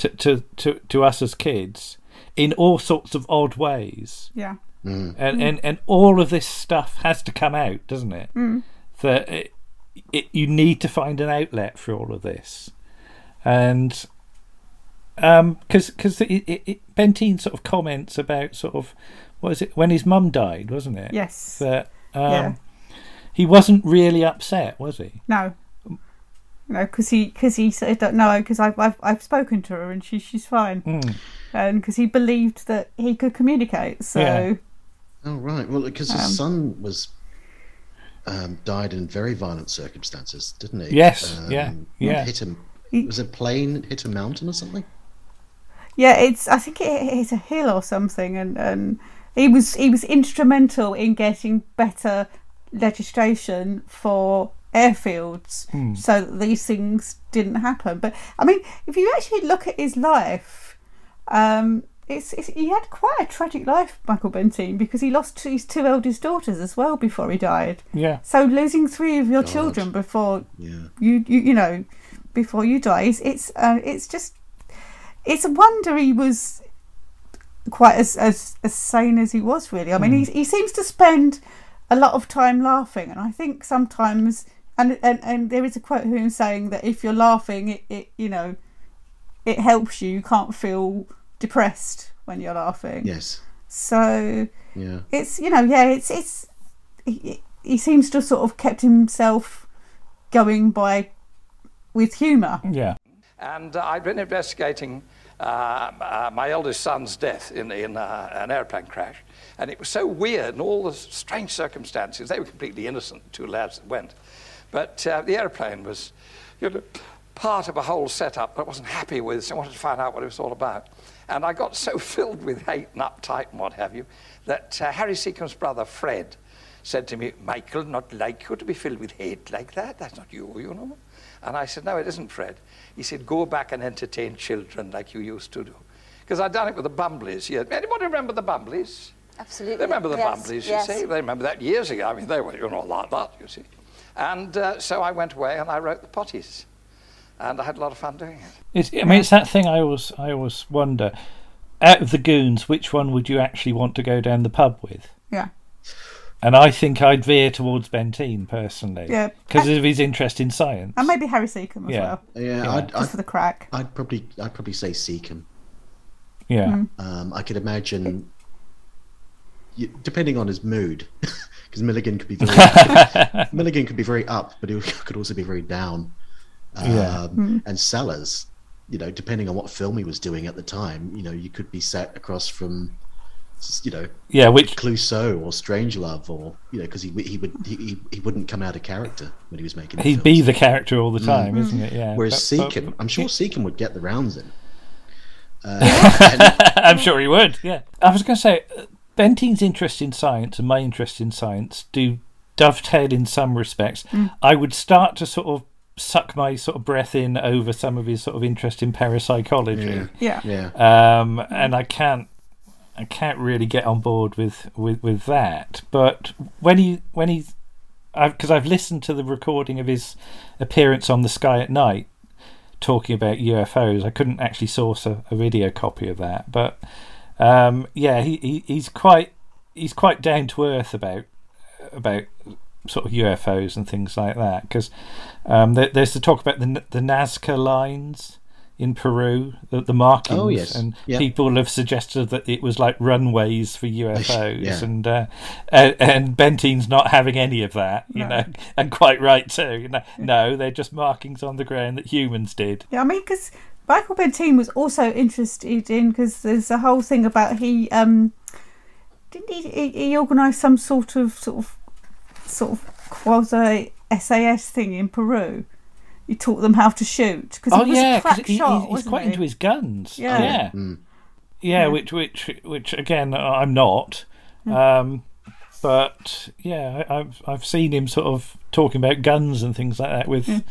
to, to, to, to us as kids in all sorts of odd ways Yeah. and, Mm. and and all of this stuff has to come out, doesn't it? Mm. That it, it, you need to find an outlet for all of this, and um, because because it, it, it, Benteen sort of comments about sort of what is it when his mum died, wasn't it? Yes. That um, Yeah. he wasn't really upset, was he? No. No, because he because he said that no, because I've, I've I've spoken to her and she she's fine, Hmm. and because he believed that he could communicate. So Yeah. Oh right. Well, because his son was um, died in very violent circumstances, didn't he? Um, Yes, yeah, yeah. Hit him. Was a plane hit a mountain or something? yeah, it's I think it, it's a hill or something, and and he was he was instrumental in getting better legislation for airfields so that these things didn't happen. But I mean, if you actually look at his life, um, it's, it's he had quite a tragic life, Michael Benteen, because he lost his two eldest daughters as well before he died. Yeah. So losing three of your children before Yeah. you, you you know before you die it's it's, uh, it's just it's a wonder he was quite as, as as sane as he was really i mean he, he seems to spend a lot of time laughing and i think sometimes and and, and there is a quote of him saying that if you're laughing it, it you know it helps you you can't feel depressed when you're laughing Yes. so Yeah. it's you know yeah it's it's he, he seems to have sort of kept himself going by with humour Yeah. And uh, I'd been investigating uh, uh, my eldest son's death in, in uh, an airplane crash. And it was so weird and all the s- strange circumstances. They were completely innocent, the two lads that went. But uh, the airplane was you know, part of a whole setup that I wasn't happy with, so I wanted to find out what it was all about. And I got [LAUGHS] so filled with hate and uptight and what have you that uh, Harry Seacombe's brother, Fred, said to me, Michael, not like you to be filled with hate like that. That's not you, you know. And I said, No, it isn't, Fred. He said, Go back and entertain children like you used to do. Because I'd done it with the Bumbleys. Yeah. Anybody remember the Bumbleys? Absolutely. They remember the Yes, Bumbleys, yes. you see. They remember that years ago. I mean, they were, you know, like that, you see. And uh, so I went away and I wrote the potties. And I had a lot of fun doing it. It's, I mean, it's that thing I always, I always wonder. Out of the goons, which one would you actually want to go down the pub with? yeah And I think I'd veer towards Benteen personally, Yeah. because of his interest in science. and maybe harry seacombe as Yeah. well Yeah. I'd, just for I'd, the crack I'd probably I'd probably say Seacom. yeah, Um, I could imagine, you, depending on his mood, [LAUGHS] because Milligan could be [LAUGHS] very Milligan could be very up, but he [LAUGHS] could also be very down. Um, Yeah. And Sellers, you know, depending on what film he was doing at the time, you know, you could be sat across from, s- you know, yeah. Which Clouseau or Strangelove, or you know, because he w- he would he, he- he wouldn't come out of character when he was making. the he'd films. be the character all the time, isn't it? Yeah. Whereas But- but- Seacom, I'm sure Seacom would get the rounds in. [LAUGHS] I'm sure he would. Yeah. I was going to say, uh, Benteen's interest in science and my interest in science do dovetail in some respects. I would start to sort of suck my sort of breath in over some of his sort of interest in parapsychology, yeah Yeah. [LAUGHS] um, and I can't. I can't really get on board with, with, with that, but when he when he, because I've listened to the recording of his appearance on the Sky at Night, talking about UFOs. I couldn't actually source a, a video copy of that, but um, yeah, he, he he's quite he's quite down to earth about about sort of UFOs and things like that. Because um, there, there's the talk about the N- the Nazca lines in Peru, the, the markings, Oh, yes. and Yeah. people have suggested that it was like runways for UFOs, [LAUGHS] Yeah. and uh, and, and Benteen's not having any of that, you know, [LAUGHS] and quite right too. You know, no, they're just markings on the ground that humans did. Yeah, I mean, because Michael Benteen was also interested in because there's a whole thing about he um didn't he he, he organised some sort of sort of sort of quasi SAS thing in Peru. He taught them how to shoot because Oh he was yeah, a 'cause crack he- he- shot. he's wasn't quite he? into his guns. Yeah. yeah, Yeah, Which, which, which again, I'm not. Mm. Um, but yeah, I, I've I've seen him sort of talking about guns and things like that with Mm.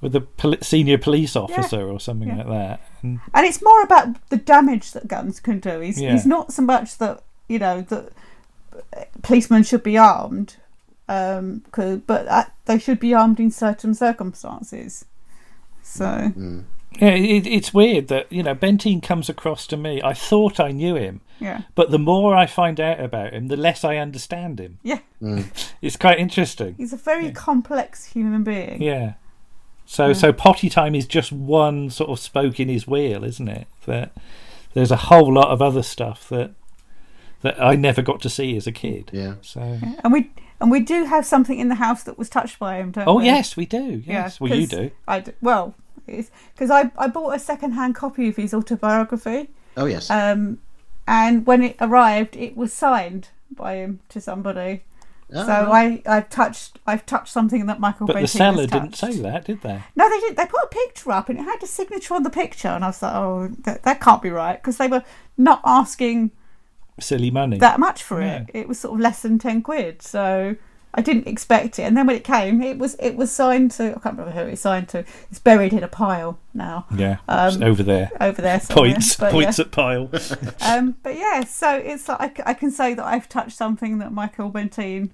with a poli- senior police officer or something like that. And and it's more about the damage that guns can do. He's, Yeah. he's not so much that you know that policemen should be armed, um, 'cause- but uh, they should be armed in certain circumstances. So. yeah, it, it's weird that you know Benteen comes across to me. I thought I knew him, Yeah. but the more I find out about him, the less I understand him. Yeah. [LAUGHS] It's quite interesting. He's a very complex human being. Yeah. So so potty time is just one sort of spoke in his wheel, isn't it? That there's a whole lot of other stuff that that I never got to see as a kid. Yeah. So. And we and we do have something in the house that was touched by him, don't Oh we? yes, we do. Yes, well you 'cause do. I d- well, because I I bought a second-hand copy of his autobiography, Oh yes. um, and when it arrived, it was signed by him to somebody. Oh, so I I've touched I've touched something that Michael. But Beatty the seller has didn't touched. say that, did they? No, they didn't. They put a picture up and it had a signature on the picture, and I was like, oh, that, that can't be right because they were not asking Silly money. that much for it. Yeah. It was sort of less than ten quid, so I didn't expect it. And then when it came, it was it was signed to I can't remember who it was signed to. It's buried in a pile now. yeah. Um, it's over there. over there somewhere, [LAUGHS] Points. but Points yeah. at pile. Um, but yeah, so it's like I c- I, can say that I've touched something that Michael Bentine.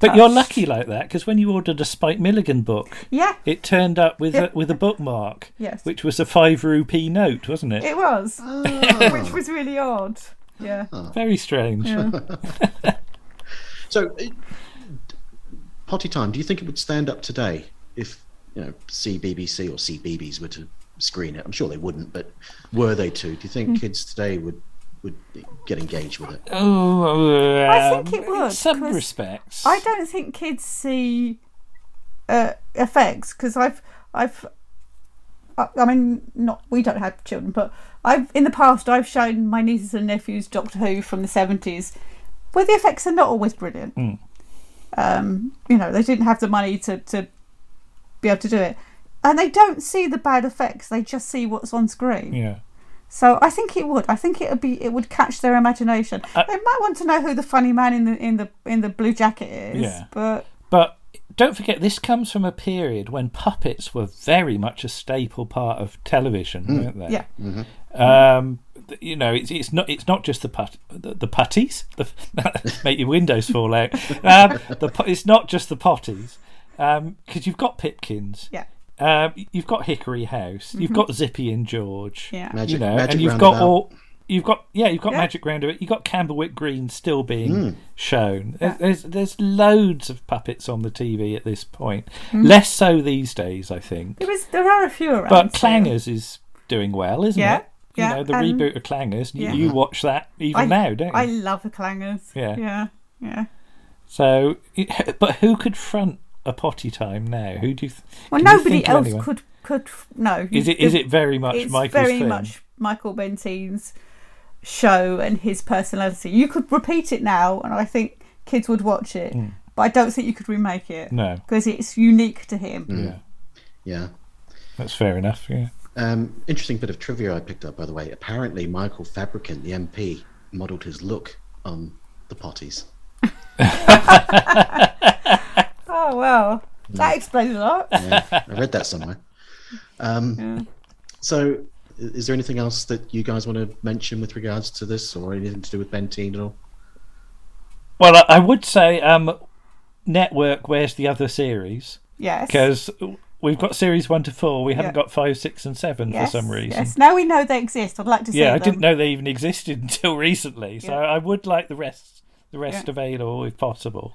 but you're lucky like that because when you ordered a Spike Milligan book, Yeah, it turned up with Yeah. a, with a bookmark, Yes. which was a five rupee note, wasn't it? it was, [LAUGHS] which was really odd. Yeah. Very strange. So, it, potty time. Do you think it would stand up today if you know CBBC or CBBS were to screen it? I'm sure they wouldn't, but were they to? Do you think kids today would would get engaged with it? Oh, I think it um, In would, some 'cause respects. I don't think kids see uh, effects because I've I've I, I mean not we don't have children but I've in the past I've shown my nieces and nephews Doctor Who from the seventies where the effects are not always brilliant. Um, you know they didn't have the money to to be able to do it. And they don't see the bad effects; they just see what's on screen. Yeah. So I think it would. I think it would be. It would catch their imagination. Uh, they might want to know who the funny man in the in the in the blue jacket is. Yeah. But But don't forget, this comes from a period when puppets were very much a staple part of television, weren't they? yeah, Um, th- you know, it's, it's not it's not just the put the, the putties the, [LAUGHS] make your windows fall out. Um, the pu- it's not just the potties because you've got Pipkins, yeah, um, you've got Hickory House, you've got Zippy and George, Mm-hmm. yeah. Magic, you know, magic and you've roundabout. got all. You've got yeah, you've got Yeah. Magic Roundabout. You've got Camberwick Green still being Mm. shown. There's, there's there's loads of puppets on the TV at this point. Mm-hmm. Less so these days, I think. There is. There are a few around. But so- Clangers is doing well, isn't Yeah, it? You yeah, know, the and- reboot of Clangers. You, yeah. you watch that even I, now, don't you? I love the clangers. Yeah. yeah, yeah. So, [LAUGHS] but who could front a potty time now? Who do you? Th- Well, can you nobody think of else anyone? could could no. Is it? Is it very much It's Michael's very thing? much Michael Bentine's show and his personality. You could repeat it now, and I think kids would watch it. But I don't think you could remake it. Mm. No. because it's unique to him. Yeah, Yeah. that's fair enough. Yeah. Um, interesting bit of trivia I picked up, by the way. Apparently, Michael Fabricant, the MP, modelled his look on the potties. Oh well, Mm. that explains a lot. I read that somewhere. Um, So, i- is there anything else that you guys want to mention with regards to this, or anything to do with Bentine at all? Well, I, I would say, um, network. Where's the other series? Yes. Because we've got series one to four. We haven't Yeah. got five, six, and seven yes, for some reason. Yes. Now we know they exist. I'd like to see yeah, I them. didn't know they even existed [LAUGHS] until recently. So Yeah. I would like the rest, the rest Yeah. Mm-hmm. available if possible,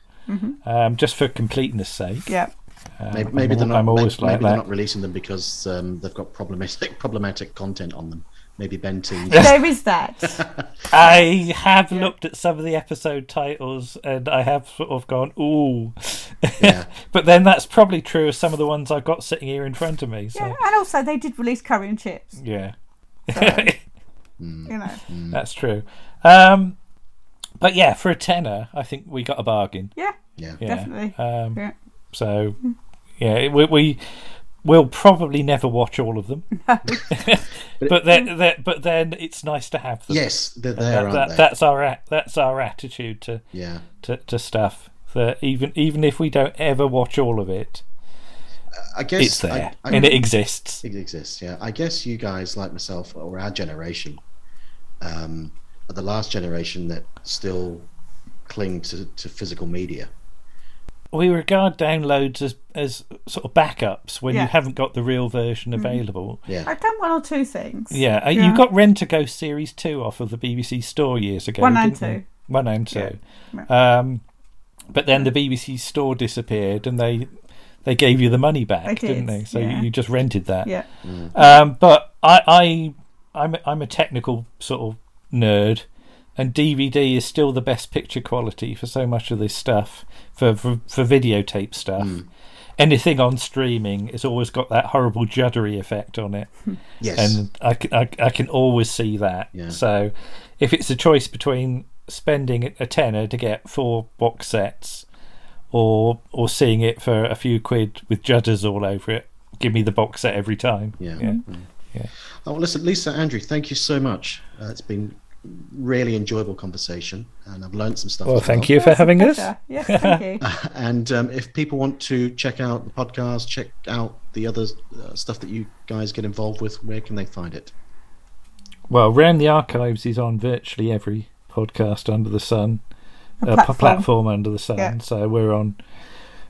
um, just for completeness' sake. [LAUGHS] Yeah. Maybe, maybe they're al- not. I'm always may- like maybe they're that. not releasing them because um, they've got problematic [LAUGHS] problematic content on them. Maybe [LAUGHS] Bentine. there is that. I have looked at some of the episode titles and I have sort of gone, ooh. Yeah. [LAUGHS] but then that's probably true of some of the ones I've got sitting here in front of me. So Yeah, and also they did release curry and chips. yeah. Mm. You know. That's true. Um, but yeah, for a tenner, I think we got a bargain. Yeah. yeah. Yeah. Definitely. Um, Yeah. So yeah, it- we, we will probably never watch all of them. [LAUGHS] but then, that- but then it's nice to have them. Yes, they're That- there, that- aren't they? that's our at- that's our attitude to, Yeah. to, to stuff. That even even if we don't ever watch all of it, I guess it's there I, I, and it exists. It exists, yeah. I guess you guys, like myself, or our generation, um, are the last generation that still cling to, to physical media. We regard downloads as as sort of backups when Yeah. you haven't got the real version available. Yeah, I've done one or two things. Yeah, uh, you got Rent a Ghost Series 2 off of the BBC Store years ago. One and didn't two. you? One and two. Um, but then the BBC Store disappeared and they they gave you the money back, They didn't did, they? So yeah. you you just rented that. Yeah. Um, but I, I I'm a- I'm a technical sort of nerd, and DVD is still the best picture quality for so much of this stuff for for, for videotape stuff. Anything on streaming has always got that horrible juddery effect on [LAUGHS] it, Yes. and I, c- I c- I can always see that. Yeah. So, if it's a choice between spending a tenner to get four box sets, or or seeing it for a few quid with judders all over it, give me the box set every time. Yeah. yeah. Oh, well, listen, Lisa, Andrew, thank you so much. Uh, it's been really enjoyable conversation, and I've learned some stuff. Well, as thank you for having us. [LAUGHS] Yes, thank you. And um, if people want to check out the podcast, check out the other uh, stuff that you guys get involved with, where can they find it? Well, Round the Archives is on virtually every podcast under the sun, uh, p- platform. platform under the sun. Yeah. So we're on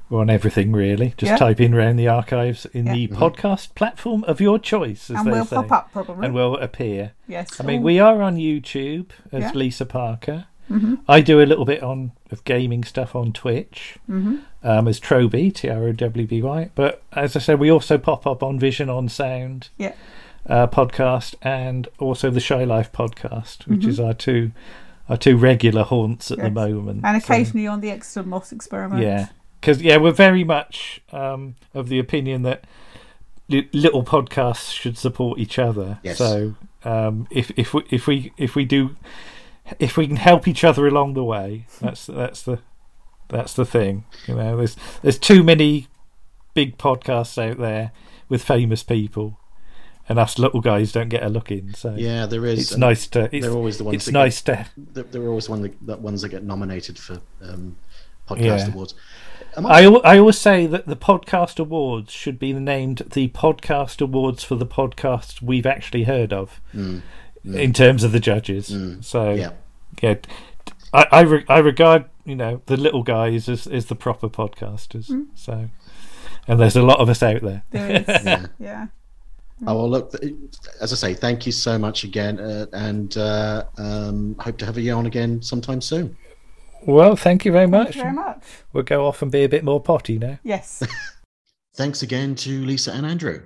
we're on everything really. Just Yeah. type in Round the Archives in Yeah. the Mm-hmm. podcast platform of your choice, as And they we'll say, pop up probably. and will appear. yes. Mm. I mean, we are on YouTube as Yeah. Mm-hmm. Lisa Parker. I do a little bit on of gaming stuff on Twitch Mm-hmm. um, as Troby T R O W B Y. But as I said, we also pop up on Vision on Sound Yeah. uh, podcast and also the Shy Life podcast, which is our two our two regular haunts at the Mm-hmm. Yes. moment. And Mm, So, occasionally on the Exeter Moss experiment. yeah, because yeah, we're very much um, of the opinion that li- little podcasts should support each other. Yes. So um, if if we if we if we do if we can help each other along the way, that's that's the that's the thing. You know, there's there's too many big podcasts out there with famous people, and us little guys don't get a look in. So Yeah, there is. it's and nice to. It's, they're always the ones It's that nice to. There, there are always one that, that ones that get nominated for um, podcast Yeah. awards. I, al- I always say that the podcast awards should be named the podcast awards for the podcasts we've actually heard of in terms of the judges. So Yeah. yeah, I I, re- I regard you know the little guys as, as the proper podcasters. Mm. So and there's a lot of us out there. There is. [LAUGHS] yeah. Oh, well, look, th- as I say, thank you so much again, uh, and uh, um, hope to have you on again sometime soon. Well, thank you very much. Thank you very much. We'll go off and be a bit more potty now. [LAUGHS] Yes. Thanks again to Lisa and Andrew.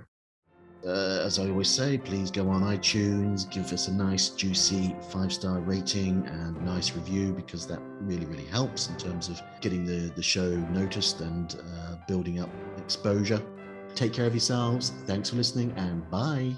Uh, as I always say, please go on iTunes, give us a nice, juicy five star rating and nice review because that really, really helps in terms of getting the, the show noticed and uh, building up exposure. Take care of yourselves. Thanks for listening and bye.